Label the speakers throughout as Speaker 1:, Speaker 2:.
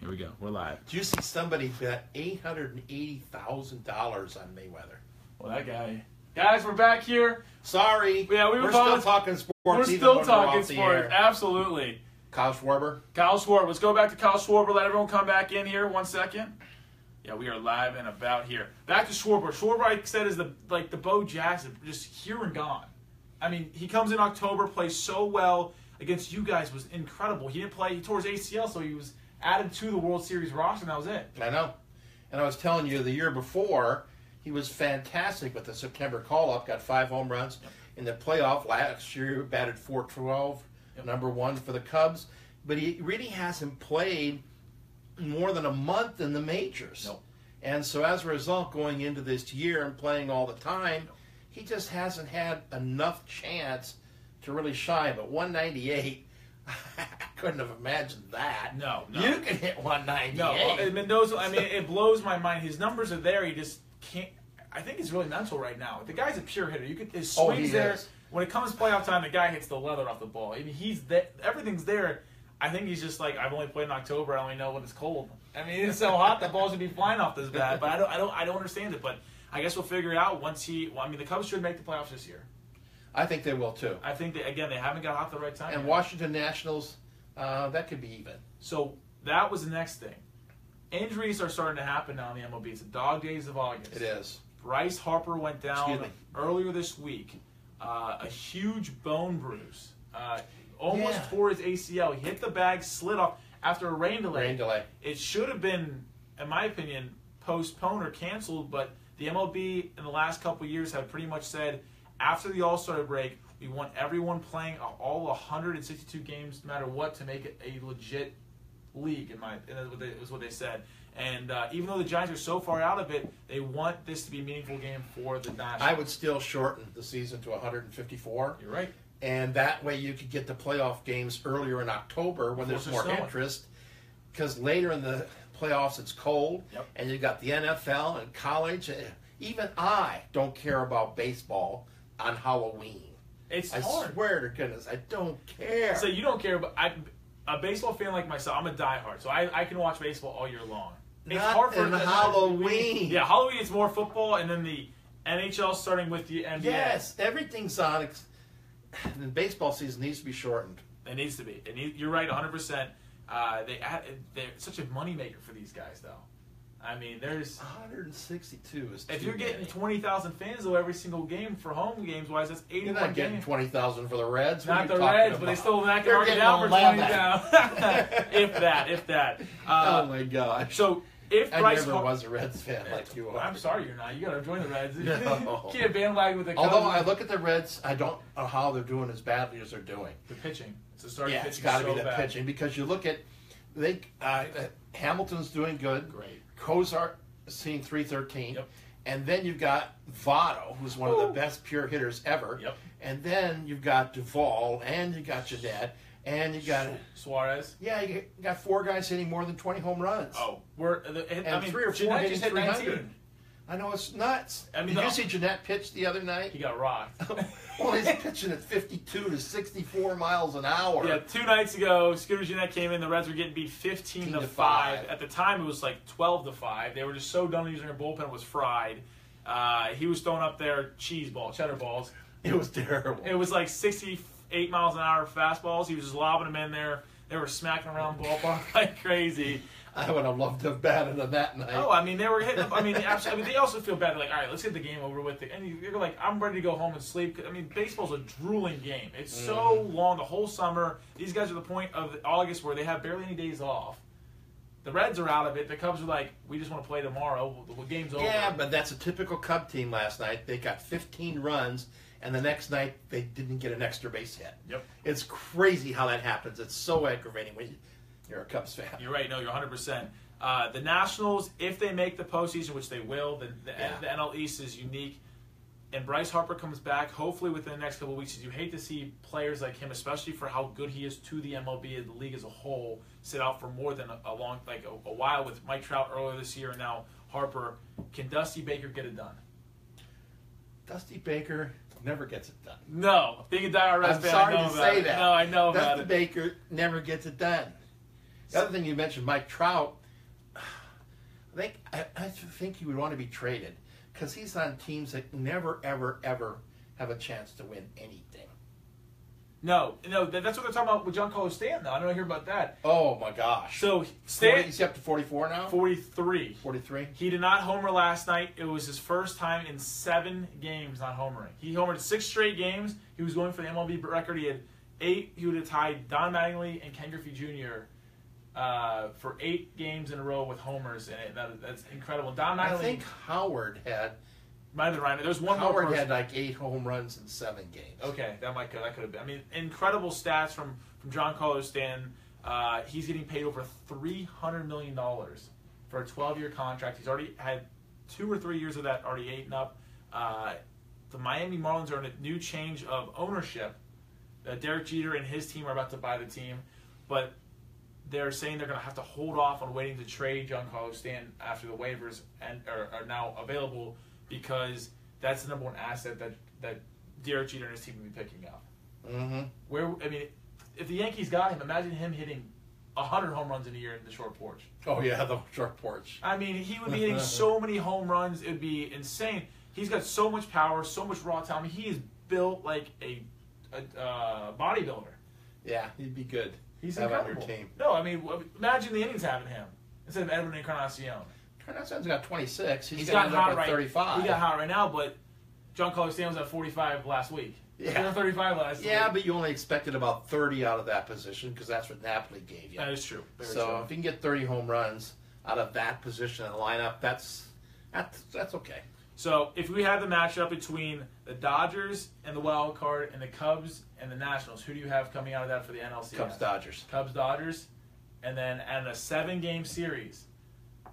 Speaker 1: Here we go. We're live.
Speaker 2: Do you see somebody bet eight hundred and eighty thousand dollars on Mayweather?
Speaker 1: Well, that guy. Guys, we're back here.
Speaker 2: Sorry,
Speaker 1: Yeah, we were
Speaker 2: are
Speaker 1: talking-
Speaker 2: still talking sports.
Speaker 1: We're
Speaker 2: even though
Speaker 1: still
Speaker 2: we're
Speaker 1: talking
Speaker 2: off the
Speaker 1: sports.
Speaker 2: air.
Speaker 1: Absolutely.
Speaker 2: Kyle Schwarber.
Speaker 1: Kyle Schwarber. Let's go back to Kyle Schwarber. Let everyone come back in here. One second. Yeah, we are live and about here. Back to Schwarber. Schwarber, I said, is the like the Bo Jackson, just here and gone. I mean, he comes in October, plays so well against you guys was incredible. He didn't play. He tore his ACL, so he was added to the World Series roster, and that was it.
Speaker 2: I know, and I was telling you the year before he was fantastic with the September call up. Got five home runs in the playoff last year. Batted four twelve,
Speaker 1: Yep.
Speaker 2: number one for the Cubs. But he really hasn't played more than a month in the majors.
Speaker 1: Nope.
Speaker 2: And so as a result, going into this year and playing all the time, he just hasn't had enough chance to really shine. But 198, I couldn't have imagined that.
Speaker 1: No, no.
Speaker 2: You can hit 198.
Speaker 1: No, and Mendoza. I mean, it blows my mind. His numbers are there. He just can't. I think he's really mental right now. The guy's a pure hitter. You could his swings
Speaker 2: Oh, he
Speaker 1: there.
Speaker 2: is.
Speaker 1: When it comes playoff time, the guy hits the leather off the ball. I mean, he's there. Everything's there. I think he's just like I've only played in October. I only know when it's cold. I mean, it's so hot the balls would be flying off this bat. But I don't. I don't. I don't understand it. But I guess we'll figure it out once he. Well, I mean, the Cubs should make the playoffs this year.
Speaker 2: I think they will too.
Speaker 1: I think they again they haven't got hot the right time.
Speaker 2: And
Speaker 1: yet.
Speaker 2: Washington Nationals, uh, that could be even.
Speaker 1: So that was the next thing. Injuries are starting to happen now in the MLB. It's the dog days of August.
Speaker 2: It is.
Speaker 1: Bryce Harper went down
Speaker 2: Excuse me.
Speaker 1: earlier this week. Uh, a huge bone bruise. Uh, almost
Speaker 2: Yeah.
Speaker 1: tore his ACL. He hit the bag, slid off after a rain delay.
Speaker 2: Rain delay.
Speaker 1: It should have been, in my opinion, postponed or canceled, but the MLB in the last couple years have pretty much said after the All Star break, we want everyone playing all 162 games, no matter what, to make it a legit league. In my, and that's what they, is what they said. And uh, even though the Giants are so far out of it, they want this to be a meaningful game for the Nationals.
Speaker 2: I would still shorten the season to 154,
Speaker 1: You're right.
Speaker 2: and that way you could get the playoff games earlier in October when there's
Speaker 1: Before
Speaker 2: more
Speaker 1: it's snowing.
Speaker 2: interest. Because later in the playoffs it's cold,
Speaker 1: Yep.
Speaker 2: and you've got the NFL and college. and Even I don't care about baseball on Halloween.
Speaker 1: It's
Speaker 2: I
Speaker 1: hard.
Speaker 2: swear to goodness, I don't care.
Speaker 1: So you don't care, but I, a baseball fan like myself, I'm a diehard, so I, I can watch baseball all year long.
Speaker 2: Not in
Speaker 1: not-
Speaker 2: Halloween.
Speaker 1: Yeah, Halloween is more football, and then the NHL starting with the NBA.
Speaker 2: Yes, everything's on. Ex- the baseball season needs to be shortened.
Speaker 1: it needs to be. It need, you're right, 100. Uh, percent Uh, They add, they're such a moneymaker for these guys, though. I mean, there's
Speaker 2: 162 is.
Speaker 1: if
Speaker 2: too
Speaker 1: you're getting
Speaker 2: many.
Speaker 1: 20,000 fans though every single game for home games wise, that's 81
Speaker 2: you're not getting
Speaker 1: games.
Speaker 2: 20,000 for the Reds. What are
Speaker 1: Not
Speaker 2: you
Speaker 1: the
Speaker 2: talking
Speaker 1: Reds, but they
Speaker 2: about?
Speaker 1: still that can
Speaker 2: They're
Speaker 1: mark it
Speaker 2: getting
Speaker 1: down for 20
Speaker 2: 11.
Speaker 1: down. if that, if that. Uh,
Speaker 2: oh my gosh!
Speaker 1: So if
Speaker 2: I
Speaker 1: Bryce
Speaker 2: never
Speaker 1: Har-
Speaker 2: was a Reds fan like you are.
Speaker 1: I'm sorry you're not. You gotta join the Reds.
Speaker 2: No.
Speaker 1: Can't bandwagon with the Cubs.
Speaker 2: Although I look at the Reds, I don't know how they're doing as badly as they're doing.
Speaker 1: the pitching. It's the starting
Speaker 2: yeah,
Speaker 1: pitching.
Speaker 2: it's got to
Speaker 1: so
Speaker 2: be the
Speaker 1: bad.
Speaker 2: pitching because you look at they. Uh, uh, Hamilton's doing good.
Speaker 1: Great.
Speaker 2: Cozart seeing 313.
Speaker 1: Yep.
Speaker 2: And then you've got Votto, who's one of
Speaker 1: Woo.
Speaker 2: the best pure hitters ever.
Speaker 1: Yep.
Speaker 2: And then you've got Duvall, and you got Jeanette, and you got
Speaker 1: Suarez.
Speaker 2: yeah, you got four guys hitting more than 20 home runs.
Speaker 1: Oh, we're the, and, I
Speaker 2: And
Speaker 1: mean,
Speaker 2: three or four
Speaker 1: Jeanette
Speaker 2: hitting
Speaker 1: just hit 19.
Speaker 2: 300. I know it's nuts.
Speaker 1: I mean,
Speaker 2: Did
Speaker 1: the-
Speaker 2: you see Jeanette pitch the other night?
Speaker 1: He got rocked.
Speaker 2: well, he's pitching at 52 to 64 miles an hour.
Speaker 1: Yeah, two nights ago, Scooter Jeanette came in. The Reds were getting beat 15 to, 5.
Speaker 2: 15 to five.
Speaker 1: At the time, it was like 12 to 5. They were just so done using their bullpen was fried. Uh, he was throwing up their cheese ball, cheddar balls.
Speaker 2: It was terrible.
Speaker 1: It was like 68 miles an hour fastballs. He was just lobbing them in there. They were smacking around the ballpark like crazy.
Speaker 2: I would have loved to have batted on that night.
Speaker 1: Oh, I mean, they were hitting. I mean, absolutely. I mean, they also feel bad. They're like, all right, let's get the game over with. And you- you're like, I'm ready to go home and sleep. 'Cause, I mean, baseball's a drooling game. It's so
Speaker 2: Mm.
Speaker 1: long the whole summer. These guys are the point of August where they have barely any days off. The Reds are out of it. The Cubs are like, we just want to play tomorrow. The game's over.
Speaker 2: yeah, but that's a typical Cub team last night. They got 15 runs, and the next night they didn't get an extra base hit.
Speaker 1: Yep.
Speaker 2: It's crazy how that happens. It's so aggravating when you- you're a Cubs fan.
Speaker 1: You're right. No, you're 100. Uh, percent The Nationals, if they make the postseason, which they will, the the,
Speaker 2: Yeah.
Speaker 1: the NL East is unique. And Bryce Harper comes back, hopefully within the next couple of weeks. You hate to see players like him, especially for how good he is to the MLB and the league as a whole, sit out for more than a, a long, like a, a while with Mike Trout earlier this year, and now Harper. Can Dusty Baker get it done?
Speaker 2: Dusty Baker never gets it done.
Speaker 1: No, being a diehard Reds
Speaker 2: I'm
Speaker 1: fan,
Speaker 2: sorry
Speaker 1: I know
Speaker 2: to
Speaker 1: about
Speaker 2: say
Speaker 1: it.
Speaker 2: that.
Speaker 1: No, I know about
Speaker 2: Dusty
Speaker 1: it.
Speaker 2: Baker never gets it done. The other thing you mentioned, Mike Trout. I think I, I think he would want to be traded because he's on teams that never, ever, ever have a chance to win anything.
Speaker 1: No, no, that- that's what they're talking about with Giancarlo Stanton. Though I don't hear about that.
Speaker 2: Oh my gosh!
Speaker 1: So
Speaker 2: 40,
Speaker 1: Stanton,
Speaker 2: is he up to forty-four now?
Speaker 1: forty-three.
Speaker 2: Forty-three.
Speaker 1: He did not homer last night. It was his first time in seven games not homering. He homered six straight games. He was going for the MLB record. He had eight. He would have tied Don Mattingly and Ken Griffey Jr. Uh, for eight games in a row with homers in it. That, that's incredible. Don
Speaker 2: I
Speaker 1: Mattingly
Speaker 2: think Howard had
Speaker 1: might have been Ryan. There's one more
Speaker 2: Howard
Speaker 1: person.
Speaker 2: had like eight home runs in seven games.
Speaker 1: Okay, that might could that could have been. I mean, incredible stats from from John Carlos Stanton. Uh, he's getting paid over three hundred million dollars for a twelve year contract. He's already had two or three years of that already eaten up. Uh, the Miami Marlins are in a new change of ownership. Uh, Derek Jeter and his team are about to buy the team, but they're saying they're going to have to hold off on waiting to trade Giancarlo Stanton after the waivers and are, are now available because that's the number one asset that that Derek Jeter and his team will be picking up.
Speaker 2: Mm-hmm.
Speaker 1: Where I mean, if the Yankees got him, imagine him hitting hundred home runs in a year in the short porch.
Speaker 2: Oh yeah, the short porch.
Speaker 1: I mean, he would be hitting so many home runs; it would be insane. He's got so much power, so much raw talent. He is built like a, a uh, bodybuilder.
Speaker 2: Yeah, he'd be good.
Speaker 1: He's
Speaker 2: Have on your
Speaker 1: incredible.
Speaker 2: team.
Speaker 1: No, I mean, w- imagine the innings having him instead of Edwin Encarnacion.
Speaker 2: Encarnacion's got twenty-six. He's,
Speaker 1: He's got
Speaker 2: gonna end up
Speaker 1: hot
Speaker 2: at
Speaker 1: right.
Speaker 2: thirty-five.
Speaker 1: He got hot right now, but John Carlos Stanton was at 45 last week.
Speaker 2: Yeah.
Speaker 1: He was at 35 last
Speaker 2: Yeah,
Speaker 1: week.
Speaker 2: but you only expected about 30 out of that position because that's what Napoli gave you.
Speaker 1: that is true. Very
Speaker 2: so
Speaker 1: true.
Speaker 2: if you can get 30 home runs out of that position in the lineup, that's that's that's okay.
Speaker 1: So if we had the matchup between the Dodgers and the wild card and the Cubs and the Nationals, who do you have coming out of that for the NLCS?
Speaker 2: Cubs Dodgers.
Speaker 1: Cubs Dodgers, and then and a seven game series.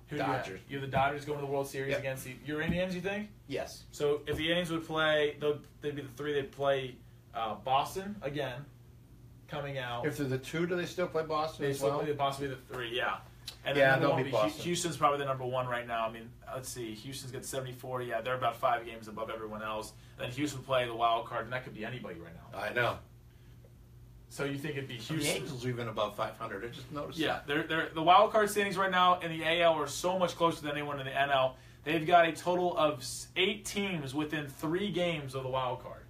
Speaker 1: Who do you
Speaker 2: Dodgers.
Speaker 1: have? You have the Dodgers going to the World Series
Speaker 2: Yep.
Speaker 1: against the your Indians. You think?
Speaker 2: Yes.
Speaker 1: So if the Indians would play, they'd- they'd be the three. They'd play uh, Boston again, coming out.
Speaker 2: If they're the two, do they still play Boston
Speaker 1: They
Speaker 2: as
Speaker 1: still
Speaker 2: well?
Speaker 1: play possibly the three, yeah. And
Speaker 2: Yeah,
Speaker 1: then
Speaker 2: they'll
Speaker 1: one would
Speaker 2: be
Speaker 1: Hu-
Speaker 2: Boston.
Speaker 1: Houston's probably the number one right now. I mean, let's see. Houston's got 74. Yeah, they're about five games above everyone else. then Houston would play the wild card, and that could be anybody right now.
Speaker 2: I know.
Speaker 1: So you think it'd be
Speaker 2: The
Speaker 1: Houston?
Speaker 2: Angels even above 500. I just noticed.
Speaker 1: Yeah,
Speaker 2: that.
Speaker 1: they're, they're, the wild card standings right now in the AL are so much closer than anyone in the NL. They've got a total of s- eight teams within three games of the wild card.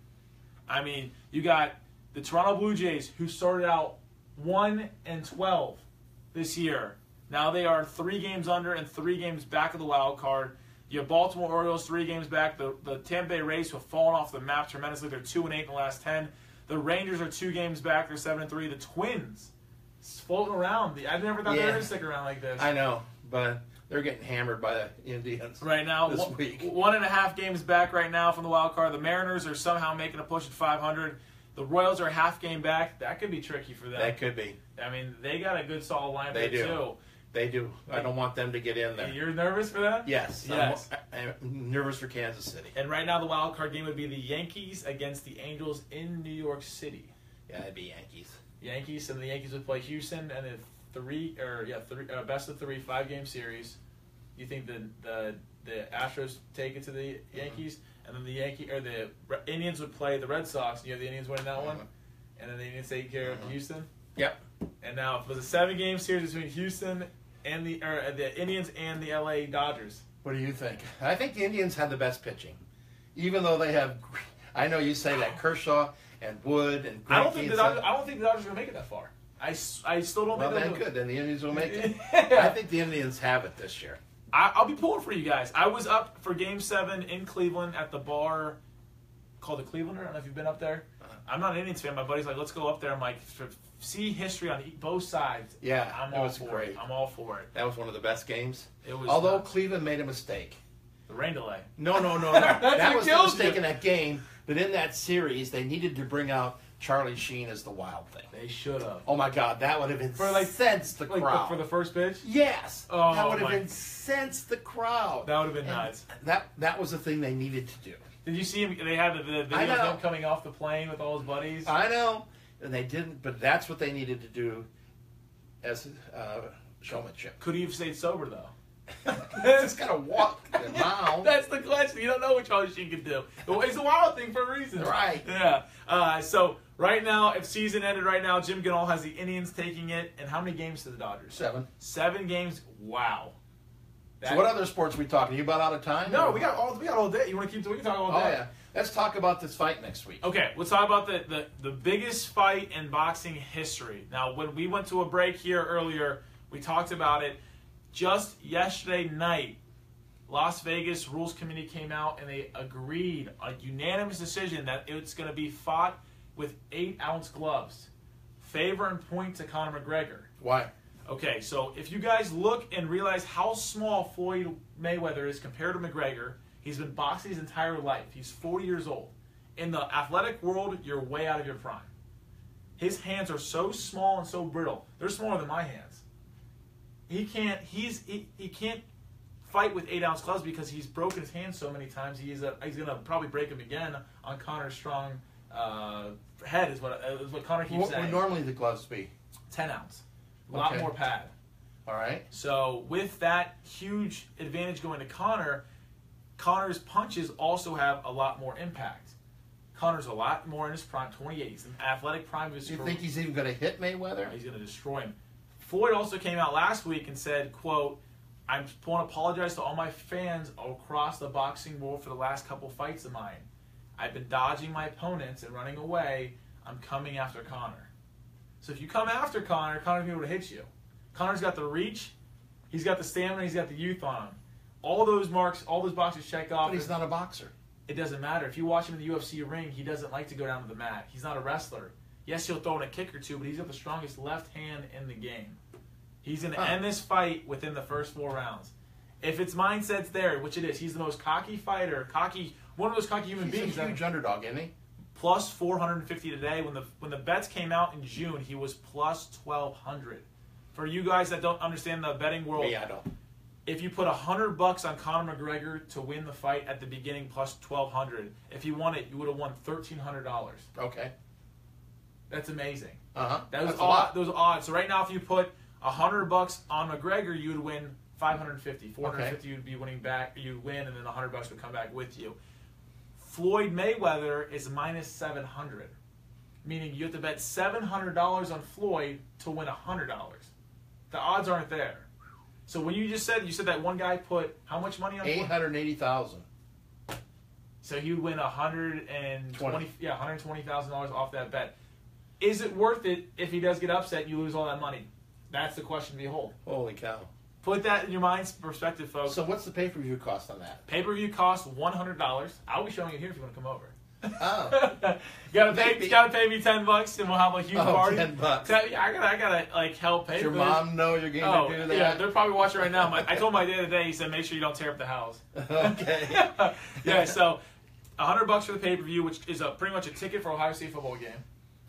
Speaker 1: I mean, you got the Toronto Blue Jays, who started out one and twelve this year. Now they are three games under and three games back of the wild card. You have Baltimore Orioles three games back. The the Tampa Bay Rays have fallen off the map tremendously. They're two and eight in the last ten. The Rangers are two games back. They're seven and three. The Twins floating around. The, I've never thought they were
Speaker 2: Yeah.
Speaker 1: going to stick around like this.
Speaker 2: I know, but they're getting hammered by the Indians.
Speaker 1: Right now,
Speaker 2: This
Speaker 1: one,
Speaker 2: week.
Speaker 1: one and a half games back right now from the wild card. The Mariners are somehow making a push at 500. The Royals are a half game back. That could be tricky for them.
Speaker 2: That could be.
Speaker 1: I mean, they got a good solid lineup
Speaker 2: They
Speaker 1: there,
Speaker 2: do.
Speaker 1: too.
Speaker 2: They do. I don't want them to get in there.
Speaker 1: You're nervous for that?
Speaker 2: Yes. I'm-
Speaker 1: Yes.
Speaker 2: I- I'm nervous for Kansas City.
Speaker 1: And right now, the wild card game would be the Yankees against the Angels in New York City.
Speaker 2: Yeah, it'd be Yankees.
Speaker 1: Yankees and the Yankees would play Houston and the three or yeah three uh, best of three five game series. You think the the the Astros take it to the Yankees and then the Yankee or the Re- Indians would play the Red Sox. and You have the Indians winning that one,
Speaker 2: Mhm.
Speaker 1: and then the Indians take care
Speaker 2: Mhm.
Speaker 1: of Houston.
Speaker 2: Yep.
Speaker 1: And now if it was a seven game series between Houston and the or uh, the Indians and the LA Dodgers.
Speaker 2: What do you think? I think the Indians had the best pitching, even though they have. I know you say that Kershaw and Wood and.
Speaker 1: I don't think the
Speaker 2: Greinke
Speaker 1: Dodgers,
Speaker 2: and
Speaker 1: I don't think the Dodgers are gonna make it that far. I, s- I still don't
Speaker 2: stuff. Well,
Speaker 1: think they'll
Speaker 2: then
Speaker 1: do it.
Speaker 2: good. Then the Indians will make it.
Speaker 1: Yeah.
Speaker 2: I think the Indians have it this year.
Speaker 1: I, I'll be pulling for you guys. I was up for Game Seven in Cleveland at the bar called the Clevelander. I don't know if you've been up there.
Speaker 2: Uh-huh.
Speaker 1: I'm not an Indians fan. My buddy's like, let's go up there. I'm like, "F- see history on e- both sides.
Speaker 2: Yeah,
Speaker 1: I'm
Speaker 2: that
Speaker 1: all
Speaker 2: was
Speaker 1: for
Speaker 2: great.
Speaker 1: it. I'm all for it.
Speaker 2: That was one of the best games.
Speaker 1: It was
Speaker 2: Although
Speaker 1: nuts.
Speaker 2: Cleveland made a mistake.
Speaker 1: the rain delay.
Speaker 2: No, no, no, no. that
Speaker 1: what
Speaker 2: was the
Speaker 1: kills
Speaker 2: mistake
Speaker 1: you.
Speaker 2: in that game. But in that series, they needed to bring out Charlie Sheen as the Wild Thing.
Speaker 1: They should have.
Speaker 2: Oh my God, that would have
Speaker 1: For like-
Speaker 2: incensed the
Speaker 1: Like
Speaker 2: crowd.
Speaker 1: for the first pitch,
Speaker 2: yes,
Speaker 1: Oh,
Speaker 2: that would have
Speaker 1: my-
Speaker 2: incensed the crowd.
Speaker 1: that would have been
Speaker 2: And
Speaker 1: nuts.
Speaker 2: That that was the thing they needed to do.
Speaker 1: Did you see him? They had the, the
Speaker 2: I
Speaker 1: video of
Speaker 2: know.
Speaker 1: him coming off the plane with all his buddies.
Speaker 2: I know, and they didn't, but that's what they needed to do as uh, showmanship.
Speaker 1: Could he have stayed sober though?
Speaker 2: He's got to walk a mile.
Speaker 1: That's the question. You don't know what Charlie Sheen can do. It's a wild thing for a reason.
Speaker 2: Right.
Speaker 1: Yeah. Uh, so right now, if season ended right now, Jim Gennell has the Indians taking it. And how many games to the Dodgers?
Speaker 2: Seven.
Speaker 1: Seven games. Wow.
Speaker 2: So what other sports are we talking? You about out of time?
Speaker 1: No,
Speaker 2: or-
Speaker 1: we got all we got all day. You want to keep? We can talk all
Speaker 2: Oh
Speaker 1: day.
Speaker 2: yeah. Let's talk about this fight next week.
Speaker 1: Okay, let's talk about the, the, the biggest fight in boxing history. Now, when we went to a break here earlier, we talked about it. Just yesterday night, Las Vegas Rules Committee came out and they agreed, a unanimous decision, that it's going to be fought with eight ounce gloves. Favor and point to Conor McGregor.
Speaker 2: Why?
Speaker 1: Okay, so if you guys look and realize how small Floyd Mayweather is compared to McGregor, he's been boxing his entire life. He's 40 years old. In the athletic world, you're way out of your prime. His hands are so small and so brittle. They're smaller than my hands. He can't. He's he, he can't fight with eight ounce gloves because he's broken his hand so many times. He's a, he's gonna probably break him again on Connor's strong uh, head. Is what is what Connor keeps
Speaker 2: What would
Speaker 1: saying.
Speaker 2: normally the gloves be?
Speaker 1: Ten ounce, a lot
Speaker 2: Okay.
Speaker 1: more pad.
Speaker 2: All right.
Speaker 1: So with that huge advantage going to Connor, Connor's punches also have a lot more impact. Connor's a lot more in his prime, 28. He's an athletic prime of his
Speaker 2: Do you
Speaker 1: career.
Speaker 2: think he's even going to hit Mayweather?
Speaker 1: He's going to destroy him. Floyd also came out last week and said, "quote I want to apologize to all my fans across the boxing world for the last couple fights of mine. I've been dodging my opponents and running away. I'm coming after Connor. So if you come after Connor, Connor's gonna be able to hit you. Connor's got the reach, he's got the stamina, he's got the youth on him. All those marks, all those boxes check off.
Speaker 2: But he's not a boxer.
Speaker 1: It doesn't matter. If you watch him in the UFC ring, he doesn't like to go down to the mat. He's not a wrestler. Yes, he'll throw in a kick or two, but he's got the strongest left hand in the game. He's going to
Speaker 2: Huh.
Speaker 1: end this fight within the first four rounds. If its mindset's there, which it is, he's the most cocky fighter, cocky, one of those cocky human
Speaker 2: He's
Speaker 1: beings.
Speaker 2: a
Speaker 1: that-
Speaker 2: huge underdog, isn't he?
Speaker 1: plus 450 today. When the when the bets came out in June, he was plus 1200. For you guys that don't understand the betting world,
Speaker 2: yeah, I don't.
Speaker 1: if you put 100 bucks on Conor McGregor to win the fight at the beginning plus 1200, if you won it, you would have won $1300.
Speaker 2: Okay.
Speaker 1: That's amazing.
Speaker 2: Uh huh.
Speaker 1: That was odd. Those odds. So right now if you put 100 bucks on McGregor, you would win 550. 450 you'd be winning back, you'd win and then 100 bucks would come back with you. Floyd Mayweather is minus 700. Meaning you have to bet $700 on Floyd to win $100. The odds aren't there. So when you just said you said that one guy put how much money on
Speaker 2: Eight
Speaker 1: Floyd?
Speaker 2: hundred eighty thousand.
Speaker 1: So he would win 120
Speaker 2: Twenty.
Speaker 1: yeah, $120,000 off that bet. Is it worth it if he does get upset and you lose all that money? That's the question to behold.
Speaker 2: Holy cow!
Speaker 1: Put that in your mind's perspective, folks.
Speaker 2: So what's the pay per view cost on that?
Speaker 1: Pay-per-view costs $100. I'll be showing you here if you want to come over.
Speaker 2: Oh,
Speaker 1: you gotta pay,
Speaker 2: Maybe.
Speaker 1: you gotta pay me 10 bucks and we'll have a huge
Speaker 2: Oh,
Speaker 1: party.
Speaker 2: 10 bucks.
Speaker 1: Tell- yeah, I gotta, I gotta like help pay
Speaker 2: does your
Speaker 1: for this.
Speaker 2: mom know you're going
Speaker 1: Oh,
Speaker 2: to do
Speaker 1: yeah,
Speaker 2: that?
Speaker 1: they're probably watching right now. My, I told my dad today, he said, make sure you don't tear up the house.
Speaker 2: okay.
Speaker 1: yeah, so 100 bucks for the pay-per-view, which is a, pretty much a ticket for Ohio State football game.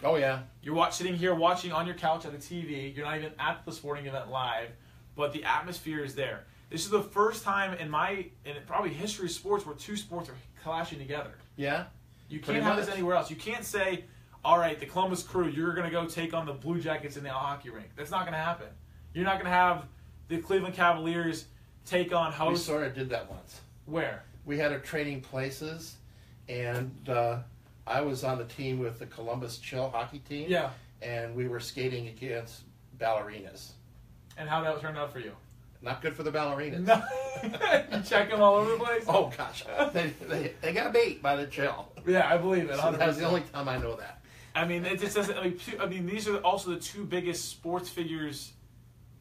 Speaker 2: Oh yeah.
Speaker 1: You're watch, sitting here watching on your couch at the TV. You're not even at the sporting event live, but the atmosphere is there. This is the first time in my, in probably history of sports, where two sports are clashing together.
Speaker 2: Yeah.
Speaker 1: You can't
Speaker 2: Pretty
Speaker 1: have this
Speaker 2: much.
Speaker 1: anywhere else. You can't say, all right, the Columbus Crew, you're going to go take on the Blue Jackets in the hockey rink. That's not going to happen. You're not going to have the Cleveland Cavaliers take on
Speaker 2: We
Speaker 1: host
Speaker 2: sort of did that once.
Speaker 1: where?
Speaker 2: We had a trading places, and uh, I was on the team with the Columbus Chill hockey team.
Speaker 1: Yeah.
Speaker 2: And we were skating against ballerinas.
Speaker 1: And how that turned out for you?
Speaker 2: Not good for the ballerinas.
Speaker 1: No. you check them all over the place?
Speaker 2: Oh gosh, they, they, they got beat by the chill.
Speaker 1: Yeah, I believe it.
Speaker 2: So that was
Speaker 1: 100%.
Speaker 2: the only time I know that.
Speaker 1: I mean, it just doesn't. I mean, two- I mean, these are also the two biggest sports figures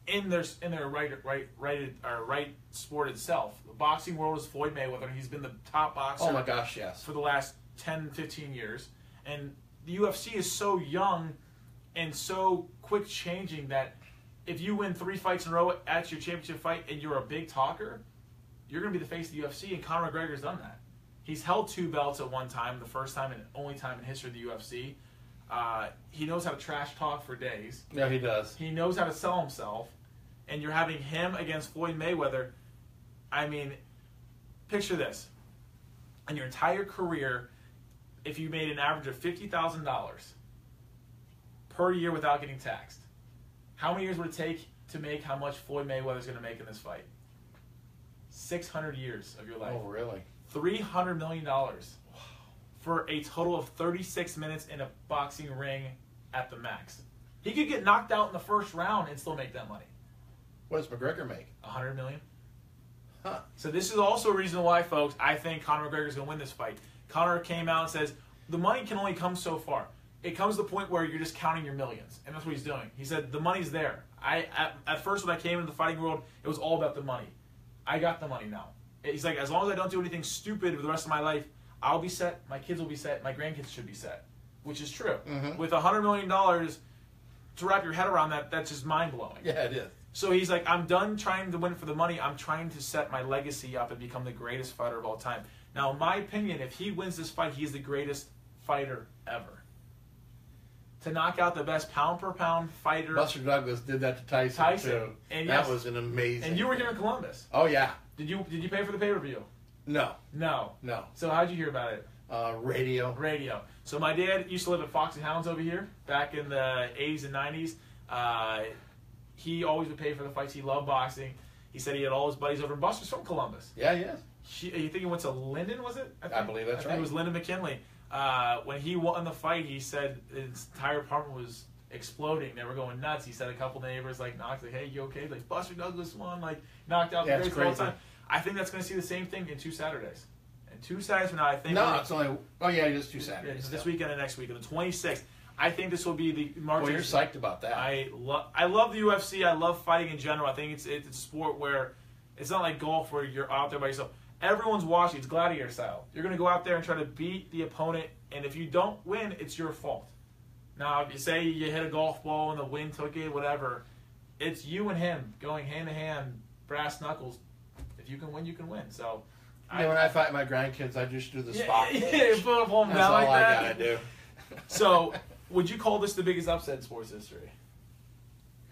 Speaker 1: in their in their right right right or right sport itself. The boxing world is Floyd Mayweather. and He's been the top boxer
Speaker 2: Oh my gosh, yes.
Speaker 1: for the last 10, 15 years, and the UFC is so young and so quick changing that if you win three fights in a row at your championship fight and you're a big talker, you're going to be the face of the UFC, and Conor McGregor's done that. He's held two belts at one time, the first time and only time in history of the UFC. Uh, he knows how to trash talk for days.
Speaker 2: Yeah, he does.
Speaker 1: He knows how to sell himself, and you're having him against Floyd Mayweather. I mean, picture this: in your entire career, if you made an average of fifty thousand dollars per year without getting taxed, how many years would it take to make how much Floyd Mayweather's going to make in this fight? 600 years of your life.
Speaker 2: Oh, really?
Speaker 1: $300 million for a total of 36 minutes in a boxing ring at the max. He could get knocked out in the first round and still make that money.
Speaker 2: What does McGregor make?
Speaker 1: 100 million.
Speaker 2: Huh.
Speaker 1: So this is also a reason why, folks, I think Conor McGregor's going to win this fight. Conor came out and says the money can only come so far. It comes to the point where you're just counting your millions, and that's what he's doing. He said the money's there. I at, at first when I came into the fighting world, it was all about the money. I got the money now. He's like, as long as I don't do anything stupid for the rest of my life, I'll be set. My kids will be set. My grandkids should be set, which is true.
Speaker 2: Mhm.
Speaker 1: With a hundred million dollars to wrap your head around that, that's just mind blowing.
Speaker 2: Yeah, it is.
Speaker 1: So he's like, I'm done trying to win for the money. I'm trying to set my legacy up and become the greatest fighter of all time. Now, in my opinion, if he wins this fight, he's the greatest fighter ever. To knock out the best pound per pound fighter,
Speaker 2: Buster Douglas did that to Tyson,
Speaker 1: Tyson,
Speaker 2: too.
Speaker 1: and
Speaker 2: that
Speaker 1: yes.
Speaker 2: was an amazing.
Speaker 1: and you were here in Columbus.
Speaker 2: Oh yeah.
Speaker 1: Did you did you pay for the pay per view?
Speaker 2: No,
Speaker 1: No.
Speaker 2: no.
Speaker 1: So how'd you hear about it?
Speaker 2: Uh, radio.
Speaker 1: radio. So my dad used to live at Fox and Hounds over here back in the 80s and 90s. Uh, he always would pay for the fights. He loved boxing. He said he had all his buddies over in Buster's from Columbus.
Speaker 2: Yeah, yes.
Speaker 1: He, you think he went to Lyndon, was it?
Speaker 2: I believe that's
Speaker 1: I think
Speaker 2: right.
Speaker 1: It was Lyndon McKinley. Uh, when he won the fight, he said his entire apartment was exploding. They were going nuts. He said a couple neighbors like knocked, like, "Hey, you okay?" Like Buster Douglas won, like knocked out
Speaker 2: Yeah,
Speaker 1: the
Speaker 2: it's
Speaker 1: greatest of all
Speaker 2: crazy.
Speaker 1: time. I think that's going to see the same thing in two Saturdays. And two Saturdays from now, I think
Speaker 2: No,
Speaker 1: we're-
Speaker 2: it's only. Oh yeah, it is two
Speaker 1: yeah,
Speaker 2: Saturdays.
Speaker 1: it's this weekend and next weekend, the 26th. I think this will be the March.
Speaker 2: Well, you're psyched about that.
Speaker 1: I love I love the UFC. I love fighting in general. I think it's it's a sport where it's not like golf where you're out there by yourself. Everyone's watching. It's gladiator style. You're gonna go out there and try to beat the opponent, and if you don't win, it's your fault. Now, if you say you hit a golf ball and the wind took it, whatever, it's you and him going hand to hand, brass knuckles. If you can win, you can win. So,
Speaker 2: You know, when I fight my grandkids, I just do the
Speaker 1: yeah,
Speaker 2: spot.
Speaker 1: yeah,
Speaker 2: punch.
Speaker 1: put 'em down
Speaker 2: That's all
Speaker 1: like
Speaker 2: I
Speaker 1: that.
Speaker 2: gotta do.
Speaker 1: So, would you call this the biggest upset in sports history?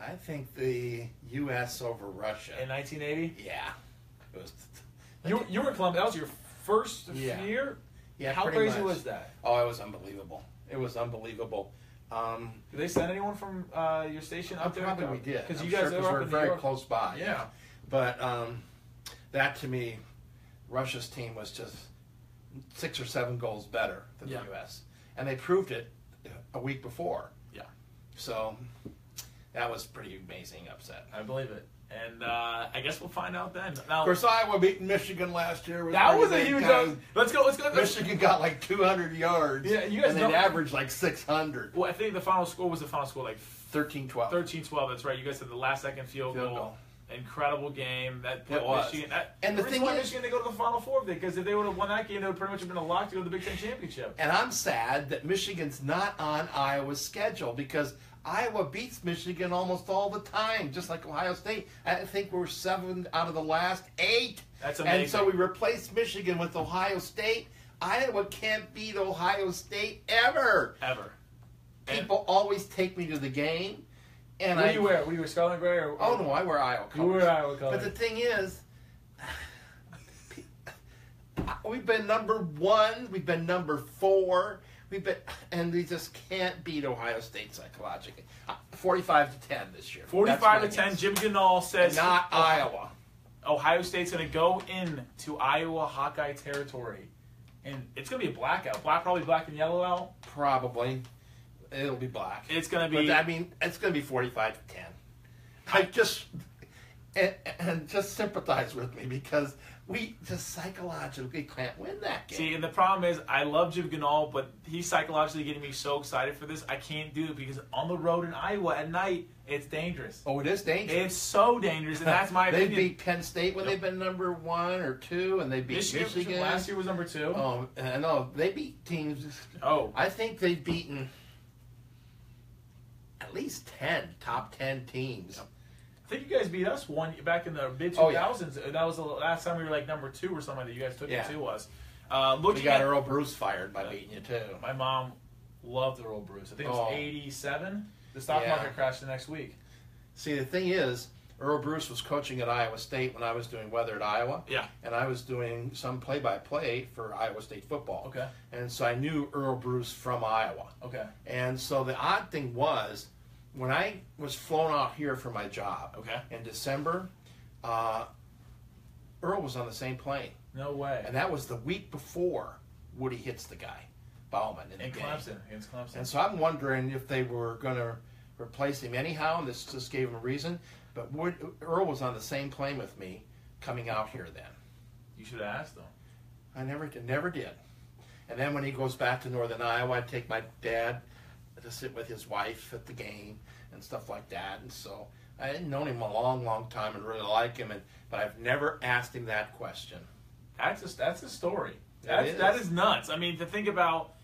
Speaker 2: I think the U.S. over Russia.
Speaker 1: In 1980,
Speaker 2: yeah, it was.
Speaker 1: you you were in Columbus. That was your first
Speaker 2: Yeah.
Speaker 1: year.
Speaker 2: Yeah,
Speaker 1: How
Speaker 2: pretty
Speaker 1: crazy
Speaker 2: much.
Speaker 1: was that?
Speaker 2: Oh, it was unbelievable. It was unbelievable. Um,
Speaker 1: Did they send anyone from uh, your station up there?
Speaker 2: Probably we did.
Speaker 1: because
Speaker 2: I'm
Speaker 1: you guys
Speaker 2: sure 'cause
Speaker 1: were up
Speaker 2: we're
Speaker 1: in New
Speaker 2: very
Speaker 1: York.
Speaker 2: close by.
Speaker 1: Yeah.
Speaker 2: But um, that to me, Russia's team was just six or seven goals better than
Speaker 1: Yeah.
Speaker 2: the U.S. And they proved it a week before.
Speaker 1: Yeah.
Speaker 2: So that was pretty amazing upset.
Speaker 1: I believe it. And uh, I guess we'll find out then. Now,
Speaker 2: Of course, Iowa beat Michigan last year.
Speaker 1: that was a
Speaker 2: pretty big
Speaker 1: huge.
Speaker 2: time.
Speaker 1: up- Let's go. Let's go. let's-
Speaker 2: Michigan got like 200 yards.
Speaker 1: Yeah, you guys
Speaker 2: and
Speaker 1: don't-
Speaker 2: they averaged like 600.
Speaker 1: Well, I think the final score was the final score, like
Speaker 2: 13 12.
Speaker 1: 13-12. That's right. You guys had the last second field,
Speaker 2: Field
Speaker 1: goal.
Speaker 2: goal.
Speaker 1: Incredible game. That put
Speaker 2: It was.
Speaker 1: Michigan. That,
Speaker 2: And the
Speaker 1: reason
Speaker 2: thing
Speaker 1: why
Speaker 2: is-
Speaker 1: Michigan they go to the Final Four because if they would have won that game, they would pretty much have been a lock to go to the Big Ten championship.
Speaker 2: And I'm sad that Michigan's not on Iowa's schedule because Iowa beats Michigan almost all the time, just like Ohio State. I think we're seven out of the last eight.
Speaker 1: That's
Speaker 2: And so we
Speaker 1: amazing.
Speaker 2: replaced Michigan with Ohio State. Iowa can't beat Ohio State ever.
Speaker 1: ever. And-
Speaker 2: People always take me to the game, and
Speaker 1: what
Speaker 2: I
Speaker 1: do you wear? What do you wear? Scarlet and gray or?
Speaker 2: Oh no, I wear Iowa
Speaker 1: You
Speaker 2: colors.
Speaker 1: wear Iowa colors.
Speaker 2: But the thing is, we've been number one, we've been number four, we've been, and we just can't beat Ohio State psychologically. Uh, Forty-five to ten this year.
Speaker 1: Forty-five to
Speaker 2: That's what it
Speaker 1: ten.
Speaker 2: is. uh,
Speaker 1: Jim Ganol says
Speaker 2: Not Iowa.
Speaker 1: Ohio State's going to go in to Iowa Hawkeye territory, and it's going to be a blackout. Black, probably black and yellow out.
Speaker 2: Probably, it'll be black.
Speaker 1: It's going to
Speaker 2: But
Speaker 1: be.
Speaker 2: I mean, it's going to be forty-five to ten. I just and, and just sympathize with me because we just psychologically can't win that game.
Speaker 1: See, and the problem is, I love Jim Ganol, but he's psychologically getting me so excited for this. I can't do it because on the road in Iowa at night, it's dangerous.
Speaker 2: oh, it is dangerous.
Speaker 1: It's so dangerous, and that's my
Speaker 2: they
Speaker 1: opinion.
Speaker 2: beat Penn State when they've been number one or two, and they beat
Speaker 1: Michigan,
Speaker 2: Michigan.
Speaker 1: last year was number two. Oh,
Speaker 2: Oh, uh, no, they beat teams. I think they've beaten at least ten top ten teams.
Speaker 1: I think you guys beat us one back in the mid
Speaker 2: Oh, yeah.
Speaker 1: 2000s. That was the last time we were like number two or something like that. You guys took
Speaker 2: Yeah.
Speaker 1: it to us. Uh,
Speaker 2: We
Speaker 1: looking
Speaker 2: got
Speaker 1: at
Speaker 2: Earl Bruce fired by beating you too.
Speaker 1: My mom loved Earl Bruce. I think it was
Speaker 2: Oh.
Speaker 1: 87. The stock
Speaker 2: Yeah.
Speaker 1: market crashed the next week.
Speaker 2: See, the thing is, Earl Bruce was coaching at Iowa State when I was doing weather at Iowa,
Speaker 1: Yeah.
Speaker 2: and I was doing some play-by-play for Iowa State football.
Speaker 1: Okay.
Speaker 2: And so I knew Earl Bruce from Iowa.
Speaker 1: Okay.
Speaker 2: And so the odd thing was, when I was flown out here for my job
Speaker 1: Okay.
Speaker 2: in December, uh, Earl was on the same plane,
Speaker 1: No way.
Speaker 2: and that was the week before Woody hits the guy, Bauman, in the
Speaker 1: And
Speaker 2: game.
Speaker 1: Clemson. Against Clemson.
Speaker 2: And so I'm wondering if they were going to replace him anyhow, and this just gave him a reason. But Wood, Earl was on the same plane with me coming out here then.
Speaker 1: you should have asked them.
Speaker 2: I never did, never did. And then when he goes back to northern Iowa, I take my dad to sit with his wife at the game and stuff like that. And so I had known him a long, long time and really like him, and but I've never asked him that question.
Speaker 1: That's a, that's a story.
Speaker 2: It
Speaker 1: That's,
Speaker 2: is.
Speaker 1: That is nuts. I mean, to think about,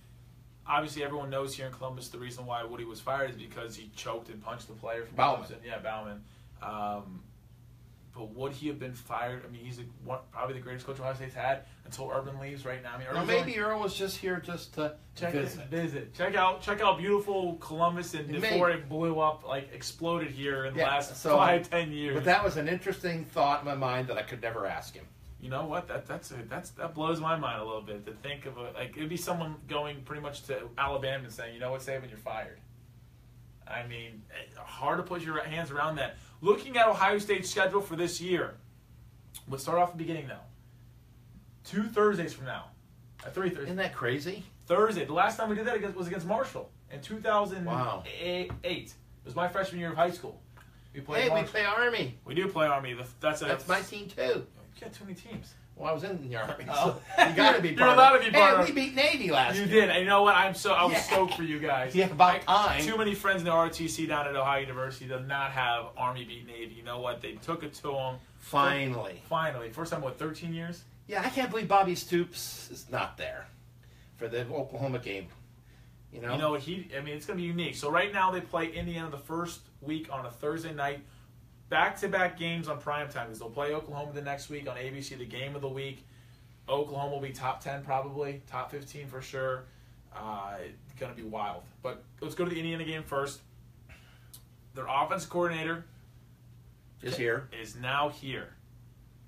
Speaker 1: obviously everyone knows here in Columbus the reason why Woody was fired is because he choked and punched the player from
Speaker 2: Bauman.
Speaker 1: Clemson. Yeah, Bauman. Um, but would he have been fired? I mean, he's the one, probably the greatest coach Ohio State's had until Urban leaves right now. I mean,
Speaker 2: Or
Speaker 1: Urban's
Speaker 2: maybe Earl was just here just to
Speaker 1: Check
Speaker 2: visit.
Speaker 1: It, visit. Check out check out beautiful Columbus and
Speaker 2: Maybe.
Speaker 1: before it blew up, like exploded here in the
Speaker 2: Yeah,
Speaker 1: last
Speaker 2: so-
Speaker 1: five ten years.
Speaker 2: But that was an interesting thought in my mind that I could never ask him.
Speaker 1: you know what? That that's a, that's that blows my mind a little bit to think of a like it'd be someone going pretty much to Alabama and saying, you know what, Saban, you're fired. I mean, eh, hard to put your hands around that. Looking at Ohio State's schedule for this year, let's start off at the beginning though. Two Thursdays from now, uh, three Thursdays.
Speaker 2: Isn't that crazy?
Speaker 1: Thursday. The last time we did that against, was against Marshall in 2008.
Speaker 2: Wow.
Speaker 1: It was my freshman year of high school. We played
Speaker 2: Hey, we
Speaker 1: Marshall.
Speaker 2: play Army.
Speaker 1: We do play Army. The- That's, a,
Speaker 2: That's my team too.
Speaker 1: You got too many teams.
Speaker 2: Well, I was in the Army.
Speaker 1: Oh.
Speaker 2: So you got to be
Speaker 1: You're
Speaker 2: part of
Speaker 1: allowed
Speaker 2: it.
Speaker 1: to be part
Speaker 2: hey,
Speaker 1: of it.
Speaker 2: we beat Navy last
Speaker 1: You
Speaker 2: year.
Speaker 1: did. And you know what? I'm so I was
Speaker 2: Yeah.
Speaker 1: stoked for you guys.
Speaker 2: Yeah, about
Speaker 1: Like,
Speaker 2: time.
Speaker 1: Too many friends in the ROTC down at Ohio University does not have Army beat Navy. You know what? They took it to them.
Speaker 2: Finally.
Speaker 1: Finally, first time what? 13 years.
Speaker 2: Yeah, I can't believe Bobby Stoops is not there for the Oklahoma game. You know,
Speaker 1: You know what? He. I mean, it's going to be unique. So right now they play Indiana the first week on a Thursday night. Back-to-back games on primetime because they'll play Oklahoma the next week on ABC, the game of the week. Oklahoma will be top ten probably, top fifteen for sure. Uh, it's going to be wild. But let's go to the Indiana game first. Their offense coordinator
Speaker 2: is here.
Speaker 1: is now here.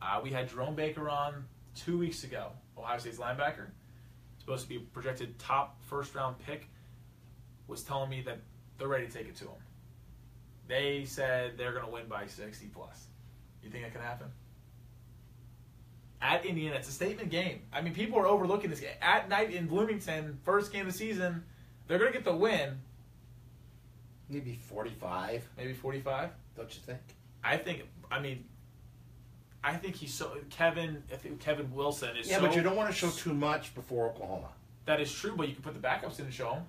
Speaker 1: Uh, we had Jerome Baker on two weeks ago, Ohio State's linebacker. Supposed to be projected top first round pick, was telling me that they're ready to take it to him. They said they're going to win by 60 plus. You think that can happen? At Indiana, it's a statement game. I mean, people are overlooking this. game. At night in Bloomington, first game of the season, they're going to get the win,
Speaker 2: Maybe 45,
Speaker 1: maybe 45.
Speaker 2: don't you think?
Speaker 1: I think. I mean, I think he's so Kevin. I think Kevin Wilson is.
Speaker 2: Yeah,
Speaker 1: so,
Speaker 2: but you don't want to show too much before Oklahoma.
Speaker 1: That is true, but you can put the backups in and show them.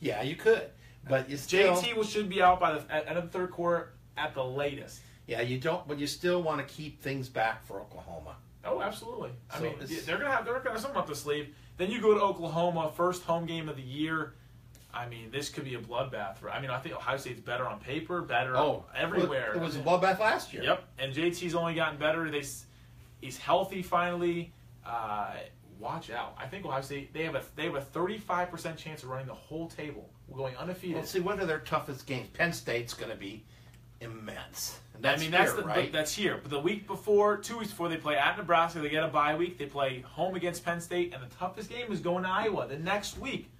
Speaker 2: Yeah, you could, but you still.
Speaker 1: JT will should be out by the at, end of the third quarter at the latest.
Speaker 2: Yeah, you don't, but you still want to keep things back for Oklahoma.
Speaker 1: Oh, absolutely. I
Speaker 2: So
Speaker 1: mean,
Speaker 2: it's-
Speaker 1: they're gonna have they're gonna have something up their sleeve. Then you go to Oklahoma, first home game of the year. I mean, this could be a bloodbath. For, I mean, I think Ohio State's better on paper, better
Speaker 2: Oh,
Speaker 1: everywhere.
Speaker 2: It was
Speaker 1: I
Speaker 2: a
Speaker 1: mean,
Speaker 2: bloodbath last year.
Speaker 1: Yep, and JT's only gotten better. They s- he's healthy finally. Uh, watch out! I think Ohio State they have a they have a thirty five percent chance of running the whole table, We're going undefeated.
Speaker 2: Well, see, one of their toughest games, Penn State's going to be immense. And
Speaker 1: I
Speaker 2: that's
Speaker 1: mean
Speaker 2: here,
Speaker 1: that's the,
Speaker 2: right.
Speaker 1: that's here. But the week before, two weeks before, they play at Nebraska. They get a bye week. They play home against Penn State, and the toughest game is going to Iowa the next week.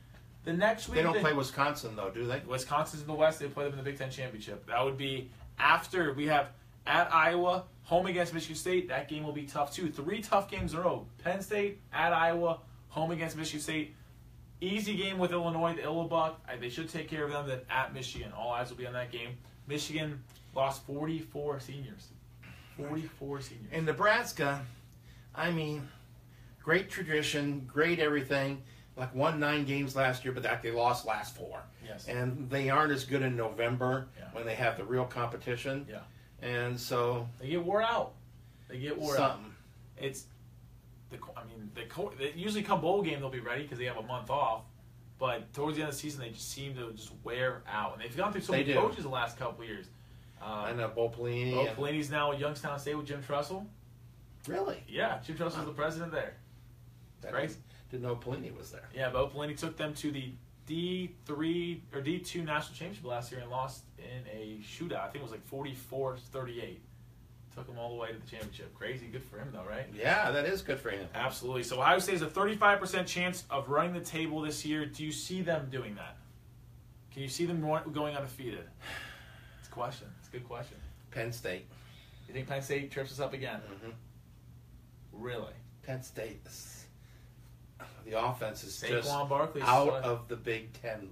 Speaker 1: The next week
Speaker 2: they don't play Wisconsin though, do they?
Speaker 1: Wisconsin's in the West. They play them in the Big Ten championship. That would be after we have at Iowa, home against Michigan State. That game will be tough too. Three tough games in a row: Penn State, at Iowa, home against Michigan State. Easy game with Illinois, the Illabuck. I- They should take care of them. Then at Michigan, all eyes will be on that game. Michigan lost 44 seniors. 44 seniors.
Speaker 2: In Nebraska, I mean, great tradition, great everything. Like won nine games last year, but that they lost last four.
Speaker 1: Yes.
Speaker 2: And they aren't as good in November
Speaker 1: Yeah.
Speaker 2: when they have the real competition.
Speaker 1: Yeah.
Speaker 2: And so
Speaker 1: They get wore out. They get wore out.
Speaker 2: something.
Speaker 1: it's the co- I mean the, co- they usually come bowl game they'll be ready because they have a month off, but towards the end of the season they just seem to just wear out and they've gone through so
Speaker 2: They
Speaker 1: many
Speaker 2: do.
Speaker 1: coaches the last couple of years.
Speaker 2: I
Speaker 1: Uh,
Speaker 2: know Bo Pelini.
Speaker 1: Bo
Speaker 2: and-
Speaker 1: Pelini's now at Youngstown State with Jim Trussell.
Speaker 2: Really?
Speaker 1: Yeah, Jim Trussell's the president there.
Speaker 2: That-
Speaker 1: Right.
Speaker 2: Didn't know Pelini was there.
Speaker 1: Yeah, Bo Pelini took them to the D three or D two national championship last year and lost in a shootout. I think it was like 44-38. Took them all the way to the championship. Crazy, good for him though, right?
Speaker 2: Yeah, that is good for him.
Speaker 1: Absolutely. So Ohio State has a 35% chance of running the table this year. Do you see them doing that? Can you see them going undefeated? It's a question. It's a good question.
Speaker 2: Penn State.
Speaker 1: You think Penn State trips us up again?
Speaker 2: Mm-hmm.
Speaker 1: Really?
Speaker 2: Penn State, is- the offense is just
Speaker 1: Saquon Barkley's
Speaker 2: out
Speaker 1: slipped.
Speaker 2: of the Big Ten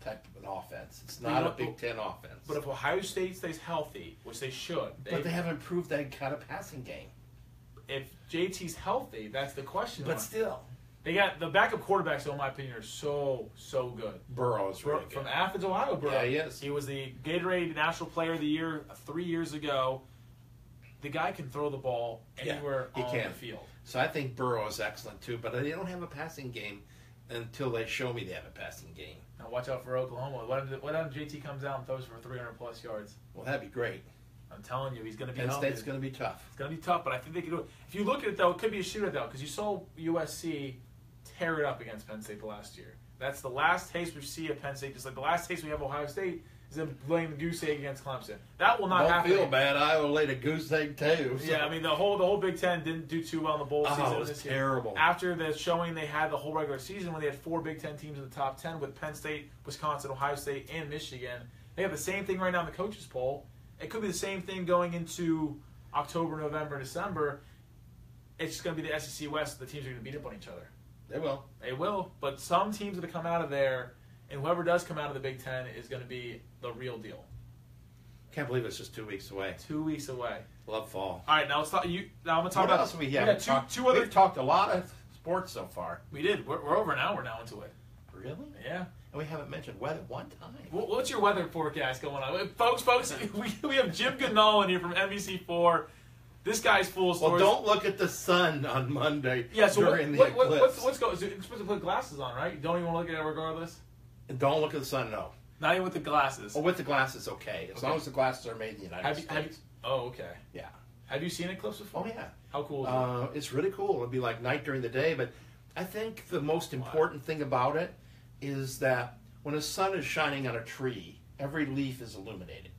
Speaker 2: type of an offense. It's
Speaker 1: But
Speaker 2: not
Speaker 1: you
Speaker 2: a
Speaker 1: know-
Speaker 2: Big Ten offense.
Speaker 1: But if Ohio State stays healthy, which they should, they,
Speaker 2: But they haven't improved that kind of passing game.
Speaker 1: if JT's healthy, that's the question.
Speaker 2: But
Speaker 1: mark.
Speaker 2: still,
Speaker 1: they got the backup quarterbacks, though, in my opinion, are so so good.
Speaker 2: Burrow is really
Speaker 1: Bur-
Speaker 2: good.
Speaker 1: From Athens, Ohio, bro.
Speaker 2: Yeah, he is.
Speaker 1: He was the Gatorade National Player of the Year three years ago. The guy can throw the ball
Speaker 2: Yeah,
Speaker 1: anywhere
Speaker 2: he
Speaker 1: on
Speaker 2: can.
Speaker 1: the field.
Speaker 2: So I think Burrow is excellent too. But they don't have a passing game until they show me they have a passing game.
Speaker 1: Now watch out for Oklahoma. What if, what if JT comes out and throws for 300 plus yards?
Speaker 2: Well, that'd be great.
Speaker 1: I'm telling you, he's going to be
Speaker 2: Penn
Speaker 1: healthy.
Speaker 2: State's going to be tough.
Speaker 1: It's going to be tough, but I think they can do it. If you look at it, though, it could be a shooter, though, because you saw USC tear it up against Penn State the last year. That's the last taste we see of Penn State. Just like the last taste we have of Ohio State is them laying the goose egg against Clemson. That will not
Speaker 2: Don't
Speaker 1: happen.
Speaker 2: feel bad. Iowa laid a goose egg too.
Speaker 1: Yeah, I mean the whole the whole Big Ten didn't do too well in the bowl
Speaker 2: oh,
Speaker 1: season
Speaker 2: it was
Speaker 1: this year.
Speaker 2: terrible.
Speaker 1: After the showing they had the whole regular season, when they had four Big Ten teams in the top ten, with Penn State, Wisconsin, Ohio State, and Michigan, they have the same thing right now in the coaches poll. It could be the same thing going into October, November, December. It's just going to be the SEC West. The teams are going to beat up on each other.
Speaker 2: They will.
Speaker 1: They will, but some teams are going to come out of there, and whoever does come out of the Big Ten is going to be the real deal.
Speaker 2: Can't believe it's just two weeks away.
Speaker 1: Two weeks away.
Speaker 2: Love fall.
Speaker 1: All right, now let's talk. You now I'm going to talk
Speaker 2: what
Speaker 1: about
Speaker 2: else we have?
Speaker 1: Yeah, two,
Speaker 2: Talk-
Speaker 1: two other
Speaker 2: We've talked a lot of sports so far.
Speaker 1: We did. We're, we're over an hour now into it.
Speaker 2: Really? And
Speaker 1: Yeah.
Speaker 2: we haven't mentioned weather one time.
Speaker 1: What, what's your weather forecast going on, Uh, folks? Folks, we, we have Jim Goodall in here from NBC4. This guy's full of
Speaker 2: Well,
Speaker 1: stories.
Speaker 2: don't look at the sun on Monday
Speaker 1: Yeah. So what,
Speaker 2: during
Speaker 1: what,
Speaker 2: the
Speaker 1: what,
Speaker 2: eclipse.
Speaker 1: what's what's going? You're supposed to put glasses on, right? You don't even want to look at it regardless.
Speaker 2: Don't look at the sun, no.
Speaker 1: Not even with the glasses.
Speaker 2: Well, with the glasses, okay. As
Speaker 1: Okay.
Speaker 2: long as the glasses are made in the United
Speaker 1: have you?
Speaker 2: States.
Speaker 1: Have you? Oh, okay.
Speaker 2: Yeah.
Speaker 1: Have you seen eclipse before?
Speaker 2: Oh yeah.
Speaker 1: How cool is
Speaker 2: Uh, it's really cool. It'll be like night during the day, but I think the most important thing about it is that when the sun is shining on a tree, every leaf is illuminated.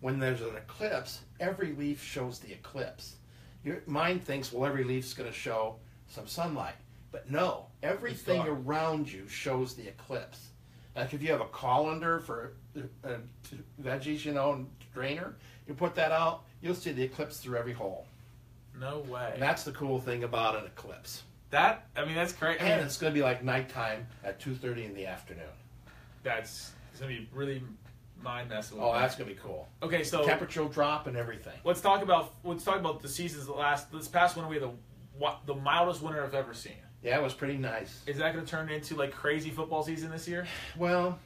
Speaker 2: When there's an eclipse, every leaf shows the eclipse. Your mind thinks, well, every leaf's going to show some sunlight, but no, everything
Speaker 1: dark.
Speaker 2: around you shows the eclipse. Like if you have a colander for uh, uh, veggies, you know, and drainer, you put that out, you'll see the eclipse through every hole.
Speaker 1: it? No way.
Speaker 2: And that's the cool thing about an eclipse.
Speaker 1: that I mean, that's great. I mean,
Speaker 2: And it's going to be like nighttime at 2.30 in the afternoon.
Speaker 1: that's it's gonna be really mind messing. with
Speaker 2: Oh,
Speaker 1: me.
Speaker 2: that's going to be cool.
Speaker 1: okay. So
Speaker 2: Temperature will drop and everything.
Speaker 1: Let's talk about let's talk about the seasons. The last this past winter, we had the wa- the mildest winter I've ever seen.
Speaker 2: Yeah, it was pretty nice.
Speaker 1: Is that going to turn into like crazy football season this year?
Speaker 2: Well,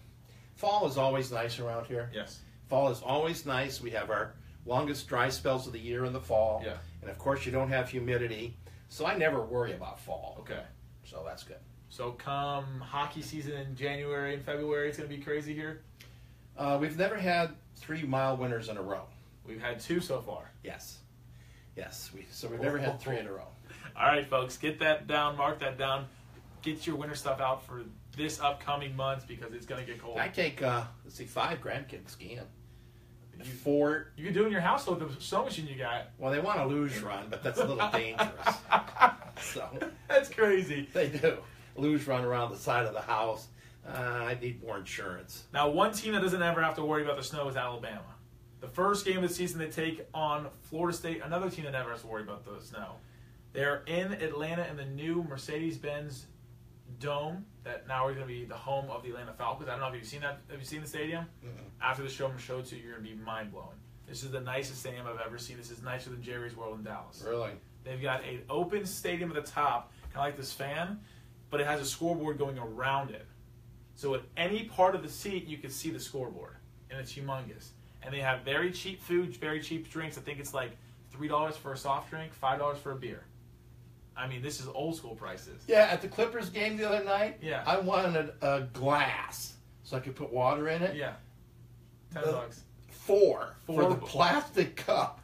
Speaker 2: fall is always nice around here.
Speaker 1: Yes.
Speaker 2: Fall is always nice. We have our longest dry spells of the year in the fall.
Speaker 1: Yeah.
Speaker 2: And of course, you don't have humidity. So I never worry about fall.
Speaker 1: Okay.
Speaker 2: So that's good.
Speaker 1: So come hockey season in January and February, it's going to be crazy here.
Speaker 2: Uh, we've never had three mile winters in a row.
Speaker 1: We've had two so far.
Speaker 2: Yes. Yes. We, so we've never had three in a row.
Speaker 1: All right, folks, get that down. Mark that down. Get your winter stuff out for this upcoming months because it's going to get cold.
Speaker 2: I take, uh, let's see, five grandkids skiing.
Speaker 1: You,
Speaker 2: Four.
Speaker 1: you can do it in your house with the snow machine you got.
Speaker 2: Well, they want a luge run, but that's a little dangerous. so
Speaker 1: That's crazy.
Speaker 2: they do luge run around the side of the house. Uh, I need more insurance.
Speaker 1: Now, one team that doesn't ever have to worry about the snow is Alabama. The first game of the season, they take on Florida State, another team that never has to worry about the snow. They're in Atlanta in the new Mercedes Benz Dome that now is going to be the home of the Atlanta Falcons. I don't know if you've seen that. Have you seen the stadium? After the show, I'm going to show it to you. You're going to be mind blown. This is the nicest stadium I've ever seen. This is nicer than Jerry's World in Dallas.
Speaker 2: Really?
Speaker 1: They've got an open stadium at the top, kind of like this fan, but it has a scoreboard going around it. So at any part of the seat, you can see the scoreboard, and it's humongous. And they have very cheap food, very cheap drinks. I think it's like three dollars for a soft drink, five dollars for a beer. I mean, this is old school prices.
Speaker 2: Yeah. At the Clippers game the other night,
Speaker 1: Yeah.
Speaker 2: I wanted a glass so I could put water in it.
Speaker 1: Yeah, ten
Speaker 2: Uh,
Speaker 1: bucks.
Speaker 2: Four,
Speaker 1: Four.
Speaker 2: for the plastic cup.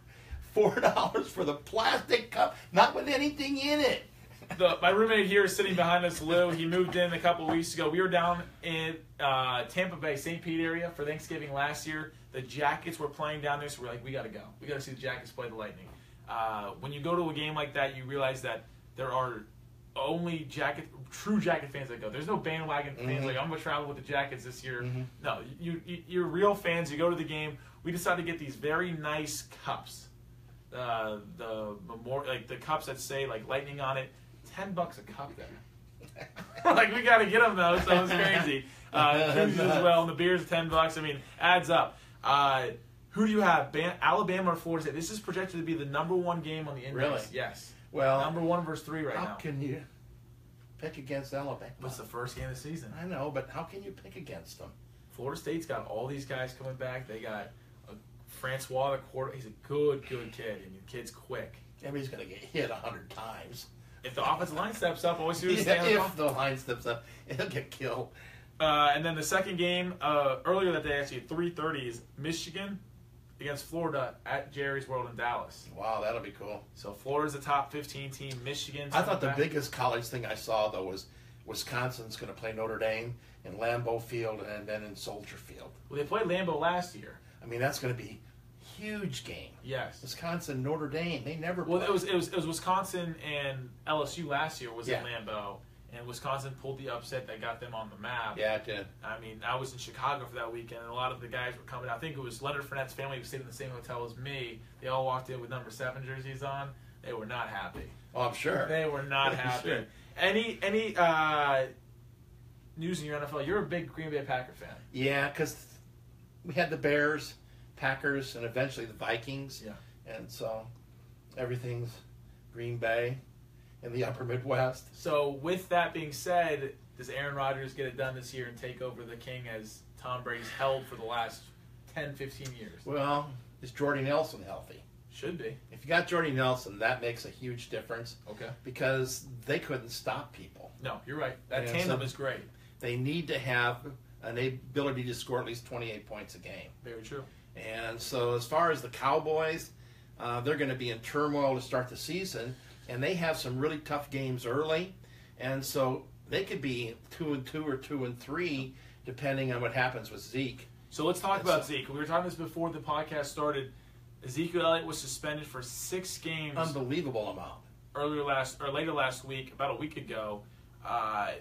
Speaker 2: Four dollars for the plastic cup, not with anything in it.
Speaker 1: the, my roommate here is sitting behind us, Lou. He moved in a couple weeks ago. We were down in uh, Tampa Bay, St. Pete area for Thanksgiving last year. The Jackets were playing down there, so we're like, we got to go. We got to see the Jackets play the Lightning. Uh, when you go to a game like that, you realize that there are only Jacket, true Jacket fans that go. There's no bandwagon fans
Speaker 2: Mhm.
Speaker 1: like I'm gonna travel with the Jackets this year.
Speaker 2: Mhm.
Speaker 1: No, you, you you're real fans. You go to the game. We decided to get these very nice cups uh, the memorial, like the cups that say like lightning on it. Ten bucks a cup there. like we got to get them though, so it's crazy. Uh, Kings as well, and the beer's ten bucks. I mean, adds up. Uh, who do you have? Ban- Alabama or Florida State? This is projected to be the number one game on the index.
Speaker 2: Really?
Speaker 1: Yes.
Speaker 2: Well,
Speaker 1: number one versus three right
Speaker 2: how
Speaker 1: now.
Speaker 2: can you pick against Alabama?
Speaker 1: What's the first game of the season?
Speaker 2: I know, but how can you pick against them?
Speaker 1: Florida State's got all these guys coming back. They got uh Francois the quarter. He's a good, good kid. I mean, the kid's quick.
Speaker 2: Everybody's going to get hit a hundred times.
Speaker 1: If the offensive line steps up, always do the
Speaker 2: Yeah,
Speaker 1: stand
Speaker 2: if the line steps up, it'll get killed.
Speaker 1: Uh, and then the second game uh, earlier that day, actually at 3:30, is Michigan against Florida at Jerry's World in Dallas.
Speaker 2: Wow, that'll be cool.
Speaker 1: So Florida's the top 15 team. Michigan's
Speaker 2: I thought the
Speaker 1: back-
Speaker 2: biggest college thing I saw though was Wisconsin's going to play Notre Dame in Lambeau Field and then in Soldier Field.
Speaker 1: Well, they played Lambeau last year.
Speaker 2: I mean, that's going to be huge game.
Speaker 1: Yes.
Speaker 2: Wisconsin, Notre Dame, they never.
Speaker 1: Well,
Speaker 2: play.
Speaker 1: it was it was it was Wisconsin and LSU last year was in
Speaker 2: Yeah.
Speaker 1: Lambeau, and Wisconsin pulled the upset that got them on the map.
Speaker 2: Yeah, it did.
Speaker 1: I mean, I was in Chicago for that weekend, and a lot of the guys were coming. I think it was Leonard Fournette's family who stayed in the same hotel as me. They all walked in with number seven jerseys on. They were not happy.
Speaker 2: Oh, I'm sure.
Speaker 1: They were not happy.
Speaker 2: Sure.
Speaker 1: Any any uh, news in your NFL? You're a big Green Bay Packer fan.
Speaker 2: Yeah, because we had the Bears, Packers, and eventually the Vikings.
Speaker 1: Yeah.
Speaker 2: And so everything's Green Bay and the upper Midwest.
Speaker 1: So with that being said, does Aaron Rodgers get it done this year and take over the king as Tom Brady's held for the last 10, 15 years?
Speaker 2: Well, is Jordy Nelson healthy?
Speaker 1: Should be.
Speaker 2: If you got Jordy Nelson, that makes a huge difference
Speaker 1: Okay.
Speaker 2: because they couldn't stop people.
Speaker 1: No, you're right. That
Speaker 2: Yeah,
Speaker 1: tandem
Speaker 2: so-
Speaker 1: is great.
Speaker 2: They need to have an ability to score at least 28 points a game.
Speaker 1: Very true.
Speaker 2: And so, as far as the Cowboys, uh, they're going to be in turmoil to start the season, and they have some really tough games early, and so they could be two and two or two and three, depending on what happens with Zeke.
Speaker 1: So let's talk
Speaker 2: Yes.
Speaker 1: about Zeke. We were talking this before the podcast started. Ezekiel Elliott was suspended for six games
Speaker 2: Um, Unbelievable amount.
Speaker 1: earlier last or later last week, about a week ago. Uh,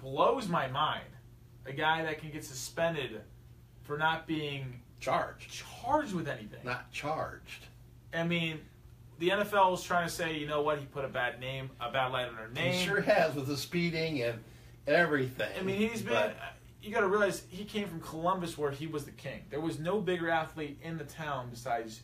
Speaker 1: blows my mind. A guy that can get suspended for not being
Speaker 2: Charged,
Speaker 1: charged with anything.
Speaker 2: not charged.
Speaker 1: I mean, the NFL was trying to say, you know what, he put a bad name, a bad light on her name.
Speaker 2: He sure has with the speeding and everything.
Speaker 1: I mean, he's been.
Speaker 2: But
Speaker 1: you got to realize he came from Columbus, where he was the king. There was no bigger athlete in the town besides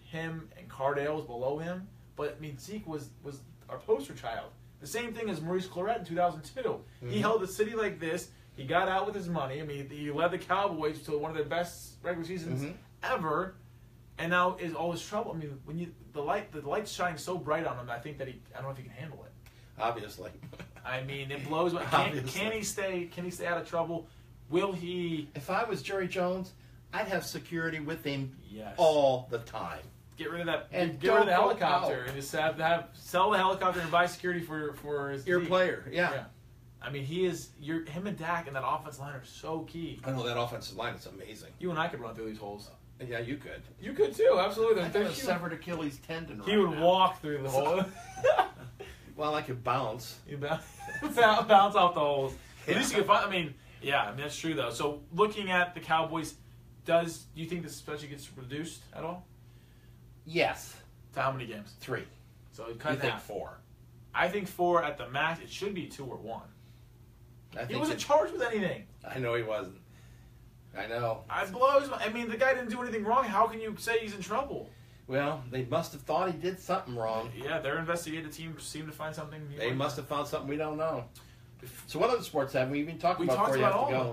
Speaker 1: him, and Cardale was below him. But I mean, Zeke was was our poster child. The same thing as Maurice Claret in 2002. He
Speaker 2: Mhm.
Speaker 1: held the city like this. He got out with his money. I mean, he led the Cowboys to one of their best regular seasons
Speaker 2: Mhm.
Speaker 1: ever. And now is all this trouble. I mean, when you the light the light's shining so bright on him, I think that he I don't know if he can handle it.
Speaker 2: obviously,
Speaker 1: I mean, it blows. My, can,
Speaker 2: Obviously.
Speaker 1: can he stay? Can he stay out of trouble? Will he?
Speaker 2: if I was Jerry Jones, I'd have security with him
Speaker 1: Yes.
Speaker 2: all the time.
Speaker 1: Get rid of that.
Speaker 2: And
Speaker 1: get rid of the
Speaker 2: don't go
Speaker 1: helicopter
Speaker 2: out.
Speaker 1: and just have, have sell the helicopter and buy security for for his
Speaker 2: Your
Speaker 1: team.
Speaker 2: player,
Speaker 1: Yeah. I mean, he is. Your him and Dak and that offensive line are so key.
Speaker 2: I know that offensive line is amazing.
Speaker 1: You and I could run through these holes.
Speaker 2: Yeah, you could.
Speaker 1: You could too. Absolutely.
Speaker 2: I got a severed Achilles tendon.
Speaker 1: he
Speaker 2: right
Speaker 1: would
Speaker 2: now.
Speaker 1: walk through the hole.
Speaker 2: Well, I could bounce.
Speaker 1: You bounce, bounce off the holes. At least you can find. I mean, yeah, I mean that's true though. So looking at the Cowboys, does do you think the suspension gets reduced at all?
Speaker 2: Yes,
Speaker 1: To how many games?
Speaker 2: three.
Speaker 1: So it cut
Speaker 2: you
Speaker 1: in
Speaker 2: think
Speaker 1: half.
Speaker 2: four?
Speaker 1: I think four at the max. It should be two or one.
Speaker 2: I think
Speaker 1: He wasn't
Speaker 2: it-
Speaker 1: charged with anything.
Speaker 2: I know he wasn't. I know.
Speaker 1: I blows. my- I mean, the guy didn't do anything wrong. How can you say he's in trouble?
Speaker 2: Well, they must have thought he did something wrong.
Speaker 1: Yeah, their investigative team seemed to find something.
Speaker 2: They must have found something we don't know. So, what other sports have we been talking
Speaker 1: We
Speaker 2: about?
Speaker 1: talked
Speaker 2: before you
Speaker 1: about
Speaker 2: have
Speaker 1: all
Speaker 2: to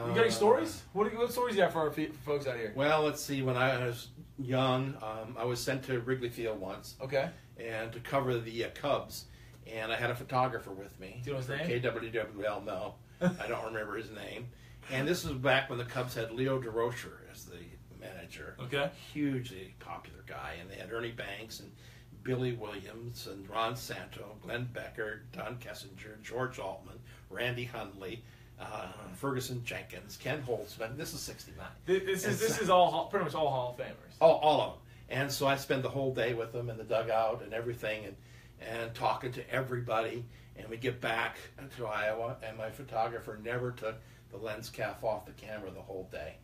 Speaker 2: go?
Speaker 1: You got any
Speaker 2: Uh,
Speaker 1: stories? What, do you- what stories you got for our fe- for folks out here?
Speaker 2: Well, let's see. When I was young, um, I was sent to Wrigley Field once,
Speaker 1: Okay.
Speaker 2: and to cover the uh, Cubs, and I had a photographer with me.
Speaker 1: Do you know his name?
Speaker 2: KWWL, no. I don't remember his name. And this was back when the Cubs had Leo DeRocher as the manager.
Speaker 1: Okay.
Speaker 2: Hugely popular guy. And they had Ernie Banks and Billy Williams and Ron Santo, Glenn Becker, Don Kessinger, George Altman, Randy Hundley, uh, Ferguson Jenkins, Ken Holtzman. This is 69.
Speaker 1: Th- This is this is all Hall- pretty much all Hall of Famers.
Speaker 2: Oh, all of them. And so I spent the whole day with them in the dugout and everything, and and talking to everybody. And we get back to Iowa, and my photographer never took the lens cap off the camera the whole day.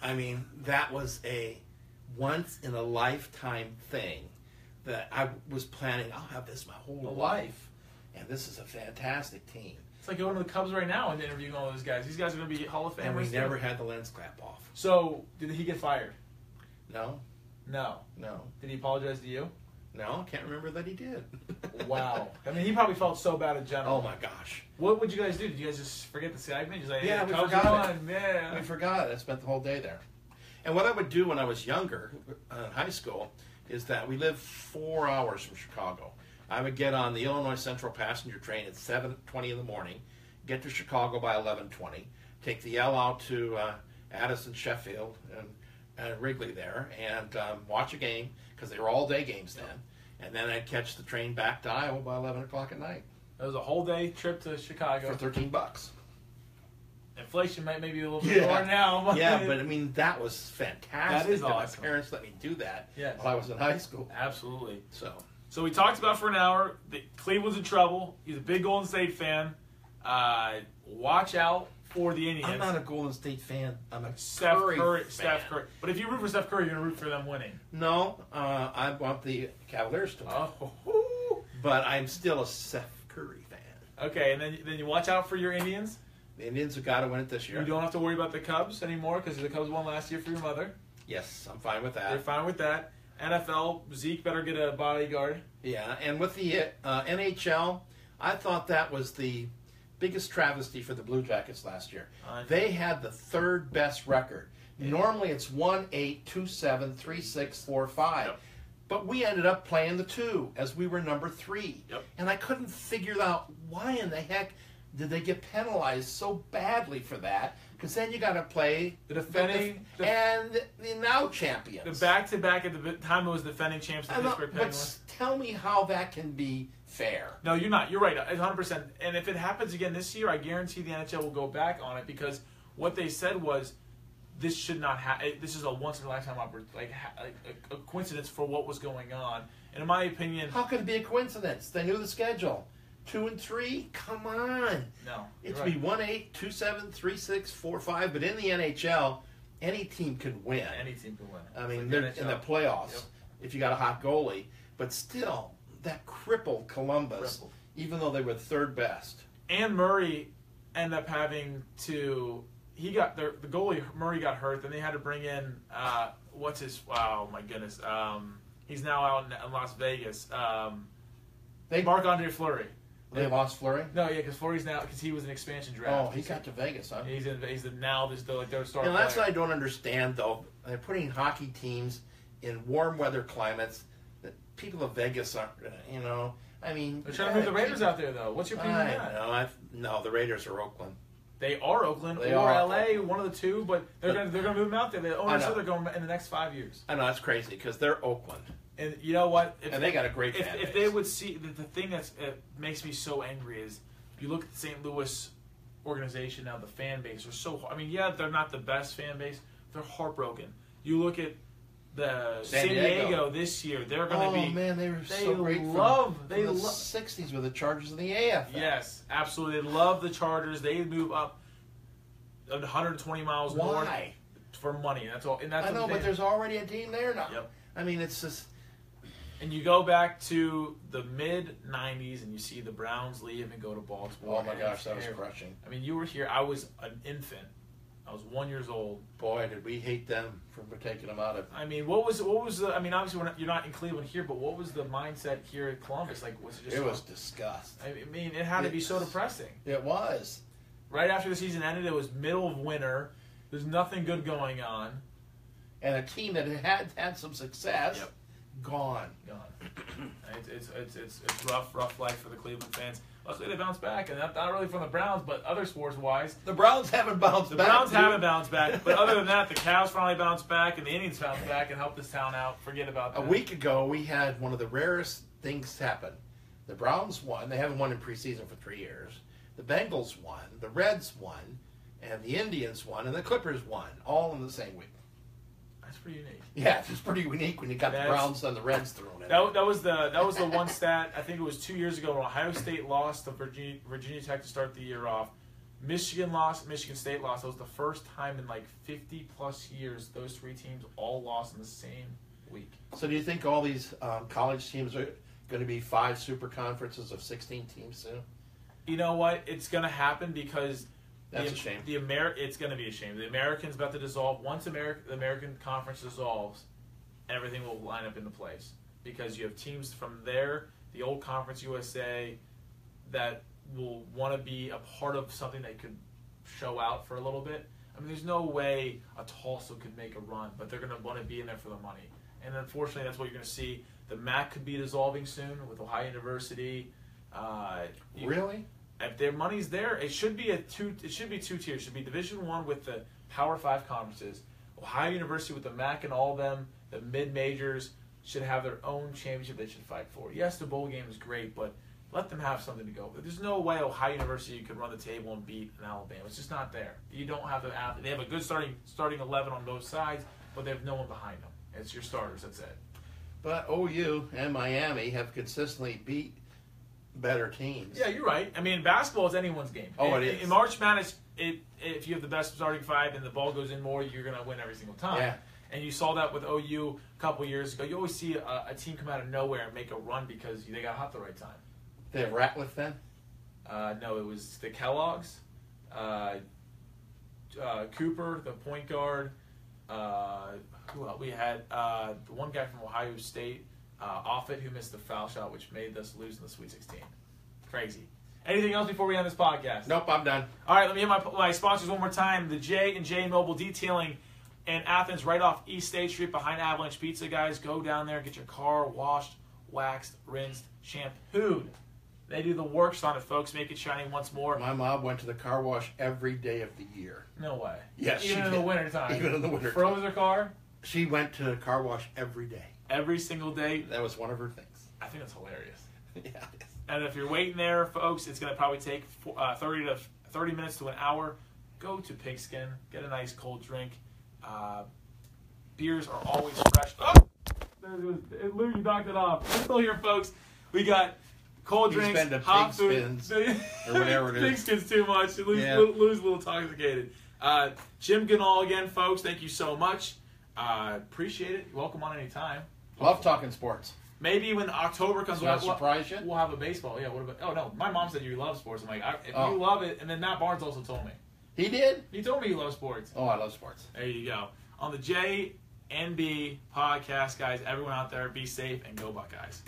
Speaker 2: I mean, that was a once in a lifetime thing that I was planning. I'll have this my whole life, and this is a fantastic team.
Speaker 1: It's like going to the Cubs right now and interviewing all those guys. These guys are going to be Hall of Famers.
Speaker 2: And we
Speaker 1: too.
Speaker 2: never had the lens clap off.
Speaker 1: So did he get fired?
Speaker 2: No,
Speaker 1: No.
Speaker 2: no,
Speaker 1: Did he apologize to you?
Speaker 2: no. I can't remember that he did.
Speaker 1: Wow. I mean, he probably felt so bad at general.
Speaker 2: oh my gosh.
Speaker 1: What would you guys do? Did you guys just forget the segment? Just like,
Speaker 2: Yeah,
Speaker 1: hey,
Speaker 2: we
Speaker 1: Cubs
Speaker 2: forgot
Speaker 1: won,
Speaker 2: We
Speaker 1: Yeah.
Speaker 2: forgot. I spent the whole day there. And what I would do when I was younger, uh, in high school, is that we lived four hours from Chicago. I would get on the Illinois Central passenger train at 7:20 in the morning, get to Chicago by 11:20, take the L out to uh, Addison, Sheffield, and, and Wrigley there, and um, watch a game because they were all day games then. And then I'd catch the train back to Iowa by 11 o'clock at night
Speaker 1: That was a whole day trip to
Speaker 2: for
Speaker 1: Chicago.
Speaker 2: 13 bucks.
Speaker 1: Inflation might maybe a little bit
Speaker 2: Yeah.
Speaker 1: more now. But
Speaker 2: yeah, but I mean that was
Speaker 1: That
Speaker 2: fantastic.
Speaker 1: is awesome.
Speaker 2: My parents let me do that
Speaker 1: Yes.
Speaker 2: while I was in high school.
Speaker 1: absolutely.
Speaker 2: So
Speaker 1: So we talked about for an hour. The Cleveland's in trouble. He's a big Golden State fan. Uh, watch out for the Indians.
Speaker 2: I'm not a Golden State fan. I'm a
Speaker 1: Steph
Speaker 2: Curry,
Speaker 1: Curry.
Speaker 2: fan.
Speaker 1: Steph Curry. But if you root for Steph Curry, you're gonna root for them winning.
Speaker 2: No, uh, I want the Cavaliers to win,
Speaker 1: Oh.
Speaker 2: but I'm still a Steph Curry fan.
Speaker 1: Okay, and then then you watch out for your Indians.
Speaker 2: The Indians have got to win it this year.
Speaker 1: You don't have to worry about the Cubs anymore because the Cubs won last year for your mother.
Speaker 2: Yes, I'm fine with
Speaker 1: They're
Speaker 2: that.
Speaker 1: fine with that. NFL Zeke better get a bodyguard.
Speaker 2: Yeah, and with the uh, NHL, I thought that was the biggest travesty for the Blue Jackets last year.
Speaker 1: I-
Speaker 2: They had the third best record.
Speaker 1: Yeah.
Speaker 2: Normally it's 1 8, 2 7, 3 6, 4 5.
Speaker 1: Yep.
Speaker 2: But we ended up playing the two as we were number three.
Speaker 1: Yep.
Speaker 2: And I couldn't figure out why in the heck did they get penalized so badly for that? Because then you got to play
Speaker 1: The defending-
Speaker 2: the- and the now champions.
Speaker 1: The back to back at the b- time it was defending champs, the
Speaker 2: I'm not-
Speaker 1: Pittsburgh
Speaker 2: Uh, but
Speaker 1: Penguins.
Speaker 2: s- tell me how that can be fair.
Speaker 1: No, you're not. You're right. It's 100%. And if it happens again this year, I guarantee the NHL will go back on it because what they said was this should not happen. This is a once in a lifetime opportunity, like, ha- like a, a coincidence for what was going on. And in my opinion,
Speaker 2: How could it be a coincidence? They knew the schedule. Two and three? Come on.
Speaker 1: no. you're
Speaker 2: It's
Speaker 1: right.
Speaker 2: be one eight, two seven, three six, four five. But in the NHL, any team can win.
Speaker 1: Any team can win.
Speaker 2: I mean,
Speaker 1: Like
Speaker 2: they're in the
Speaker 1: NHL.
Speaker 2: playoffs
Speaker 1: Yep.
Speaker 2: if you got a hot goalie. But still, that crippled Columbus,
Speaker 1: Crippled.
Speaker 2: even though they were third best.
Speaker 1: and Murray ended up having to. He got their the goalie Murray got hurt, then they had to bring in uh, what's his? Wow, my goodness. Um, he's now out in, in Las Vegas. Um,
Speaker 2: They
Speaker 1: Mark Andre Fleury.
Speaker 2: they lost Flurry.
Speaker 1: No, yeah, because Fleury's now because he was an expansion
Speaker 2: Oh,
Speaker 1: draft.
Speaker 2: he got to Vegas, huh?
Speaker 1: He's in. He's the now this the like their star.
Speaker 2: And that's what
Speaker 1: player.
Speaker 2: I don't understand, though. They're putting hockey teams in warm weather climates that people of Vegas aren't, uh, you know. I mean,
Speaker 1: They're trying to move the Raiders out there though. What's your
Speaker 2: I
Speaker 1: opinion on that?
Speaker 2: know. I, no, the Raiders are Oakland.
Speaker 1: They are Oakland
Speaker 2: They
Speaker 1: or
Speaker 2: are
Speaker 1: LA, one of the two, but they're
Speaker 2: But-
Speaker 1: gonna they're gonna move them out there. The
Speaker 2: I
Speaker 1: owner
Speaker 2: know.
Speaker 1: said they're going in the next five years.
Speaker 2: I know that's crazy because they're Oakland,
Speaker 1: And you know what? If
Speaker 2: and they got a great
Speaker 1: if,
Speaker 2: fan
Speaker 1: if
Speaker 2: base.
Speaker 1: they would see the, the thing that's uh, makes me so angry is you look at the St. Louis organization now the fan base are so har- I mean yeah they're not the best fan base they're heartbroken you look at the San
Speaker 2: San
Speaker 1: Diego,
Speaker 2: Diego
Speaker 1: this year they're going
Speaker 2: oh
Speaker 1: to be
Speaker 2: man, they were
Speaker 1: they
Speaker 2: so great. from-
Speaker 1: love-
Speaker 2: from
Speaker 1: they
Speaker 2: the
Speaker 1: lo-
Speaker 2: '60s with the Chargers and the AFL.
Speaker 1: yes absolutely they love the Chargers they move up 120 miles north
Speaker 2: Why?
Speaker 1: for money that's all and that's
Speaker 2: I
Speaker 1: what
Speaker 2: know,
Speaker 1: the
Speaker 2: but
Speaker 1: thing-
Speaker 2: there's already a team there now.
Speaker 1: Yep.
Speaker 2: I mean, it's just
Speaker 1: and you go back to the mid 90s and you see the Browns leave and go to Baltimore
Speaker 2: oh my
Speaker 1: and
Speaker 2: gosh,
Speaker 1: it's
Speaker 2: that was
Speaker 1: terrible.
Speaker 2: crushing.
Speaker 1: I mean, you were here. I was an infant. I was one years old.
Speaker 2: Boy, did we hate them for taking them out of
Speaker 1: I mean, what was what was the? I mean, obviously we're not, you're not in Cleveland here, but what was the mindset here at Columbus? Like, was it just?
Speaker 2: It was disgust.
Speaker 1: I mean, it had to be so depressing.
Speaker 2: It was.
Speaker 1: Right after the season ended, it was middle of winter. There's nothing good going on.
Speaker 2: and a team that had had some success
Speaker 1: Yep.
Speaker 2: gone.
Speaker 1: Gone. It's it's it's it's, it's rough, rough life for the Cleveland fans. Luckily, they bounced back, and not, not really from the Browns, but other sports wise.
Speaker 2: The Browns haven't bounced
Speaker 1: The
Speaker 2: back.
Speaker 1: Browns
Speaker 2: dude.
Speaker 1: haven't bounced back, but other than that, the Cows finally bounced back, and the Indians bounced back and helped this town out. Forget about
Speaker 2: A
Speaker 1: that.
Speaker 2: week ago, we had one of the rarest things happen. The Browns won. They haven't won in preseason for three years. The Bengals won. The Reds won. And the Indians won. And the Clippers won. All in the same week.
Speaker 1: That's pretty unique.
Speaker 2: Yeah, it's just pretty unique when you got
Speaker 1: That's-
Speaker 2: the Browns and the Reds thrown in.
Speaker 1: That, that was the that was the one stat. I think it was two years ago when Ohio State lost to Virginia Virginia Tech to start the year off. Michigan lost, Michigan State lost. That was the first time in like 50 plus years those three teams all lost in the same week.
Speaker 2: So do you think all these um, college teams are going to be five super conferences of 16 teams soon?
Speaker 1: You know what? It's going to happen because
Speaker 2: That's
Speaker 1: the,
Speaker 2: a shame.
Speaker 1: The Amer- it's going to be a shame. The Americans about to dissolve. Once Ameri- the American Conference dissolves, everything will line up into place because you have teams from there, the old Conference USA, that will want to be a part of something that could show out for a little bit. I mean, there's no way a Tulsa could make a run, but they're going to want to be in there for the money. And unfortunately, that's what you're going to see. The MAC could be dissolving soon with Ohio University. Uh, you-
Speaker 2: Really?
Speaker 1: if their money's there, it should be a two. It should be two tiers. It should be Division One with the Power Five conferences. Ohio University with the MAC and all of them. The mid majors should have their own championship. They should fight for. Yes, the bowl game is great, but let them have something to go. with. There's no way Ohio University could run the table and beat an Alabama. It's just not there. You don't have the athlete. They have a good starting starting eleven on both sides, but they have no one behind them. It's your starters. That's it.
Speaker 2: But OU and Miami have consistently beat better teams.
Speaker 1: Yeah, you're right. I mean, basketball is anyone's game.
Speaker 2: Oh, it
Speaker 1: in,
Speaker 2: is.
Speaker 1: In March Madness, it, if you have the best starting five and the ball goes in more, you're going to win every single time.
Speaker 2: Yeah.
Speaker 1: And you saw that with OU a couple years ago. You always see a, a team come out of nowhere and make a run because they got hot the right time.
Speaker 2: They have Ratliff then?
Speaker 1: Uh, no, it was the Kellogg's, uh, uh, Cooper, the point guard. Uh, who else? We had uh, the one guy from Ohio State, uh, Offit, who missed the foul shot, which made us lose in the Sweet 16. Crazy. Anything else before we end this podcast?
Speaker 2: Nope, I'm done.
Speaker 1: All right, let me hit my, my sponsors one more time. The J and J Mobile Detailing in Athens, right off East State Street behind Avalanche Pizza. Guys, go down there, get your car washed, waxed, rinsed, shampooed. They do the works on it, folks. Make it shiny once more.
Speaker 2: My mom went to the car wash every day of the year.
Speaker 1: No way.
Speaker 2: Yes,
Speaker 1: even
Speaker 2: she
Speaker 1: in the
Speaker 2: did.
Speaker 1: winter time.
Speaker 2: Even in the winter
Speaker 1: Froze her car
Speaker 2: She went to the car wash every day.
Speaker 1: every single day.
Speaker 2: That was one of her things.
Speaker 1: I think that's hilarious.
Speaker 2: yeah.
Speaker 1: And if you're waiting there, folks, it's going to probably take fo- uh, 30 to 30 minutes to an hour. Go to Pigskin, get a nice cold drink. Uh, beers are always fresh. Oh, there it was. It- Lou, you knocked it off. We're still here, folks. We got cold
Speaker 2: He's
Speaker 1: drinks,
Speaker 2: been to
Speaker 1: hot
Speaker 2: Pigspins,
Speaker 1: food,
Speaker 2: or whatever it is.
Speaker 1: Pigskin's too much. Lou's,
Speaker 2: Yeah.
Speaker 1: Lou's a little toxicated. Uh, Jim Gannall again, folks. Thank you so much. Uh, appreciate it. You're Welcome on anytime.
Speaker 2: Love talking sports.
Speaker 1: Maybe when October comes,
Speaker 2: Does that
Speaker 1: we'll- we'll-
Speaker 2: surprise you?
Speaker 1: We'll have a baseball. Yeah. What about? Oh no, my mom said you love sports. I'm like, I, if
Speaker 2: Oh.
Speaker 1: you love it, and then Matt Barnes also told me.
Speaker 2: He did?
Speaker 1: He told me you love sports.
Speaker 2: Oh, I love sports.
Speaker 1: There you go. On the JNB podcast, guys. Everyone out there, be safe and go Buckeyes.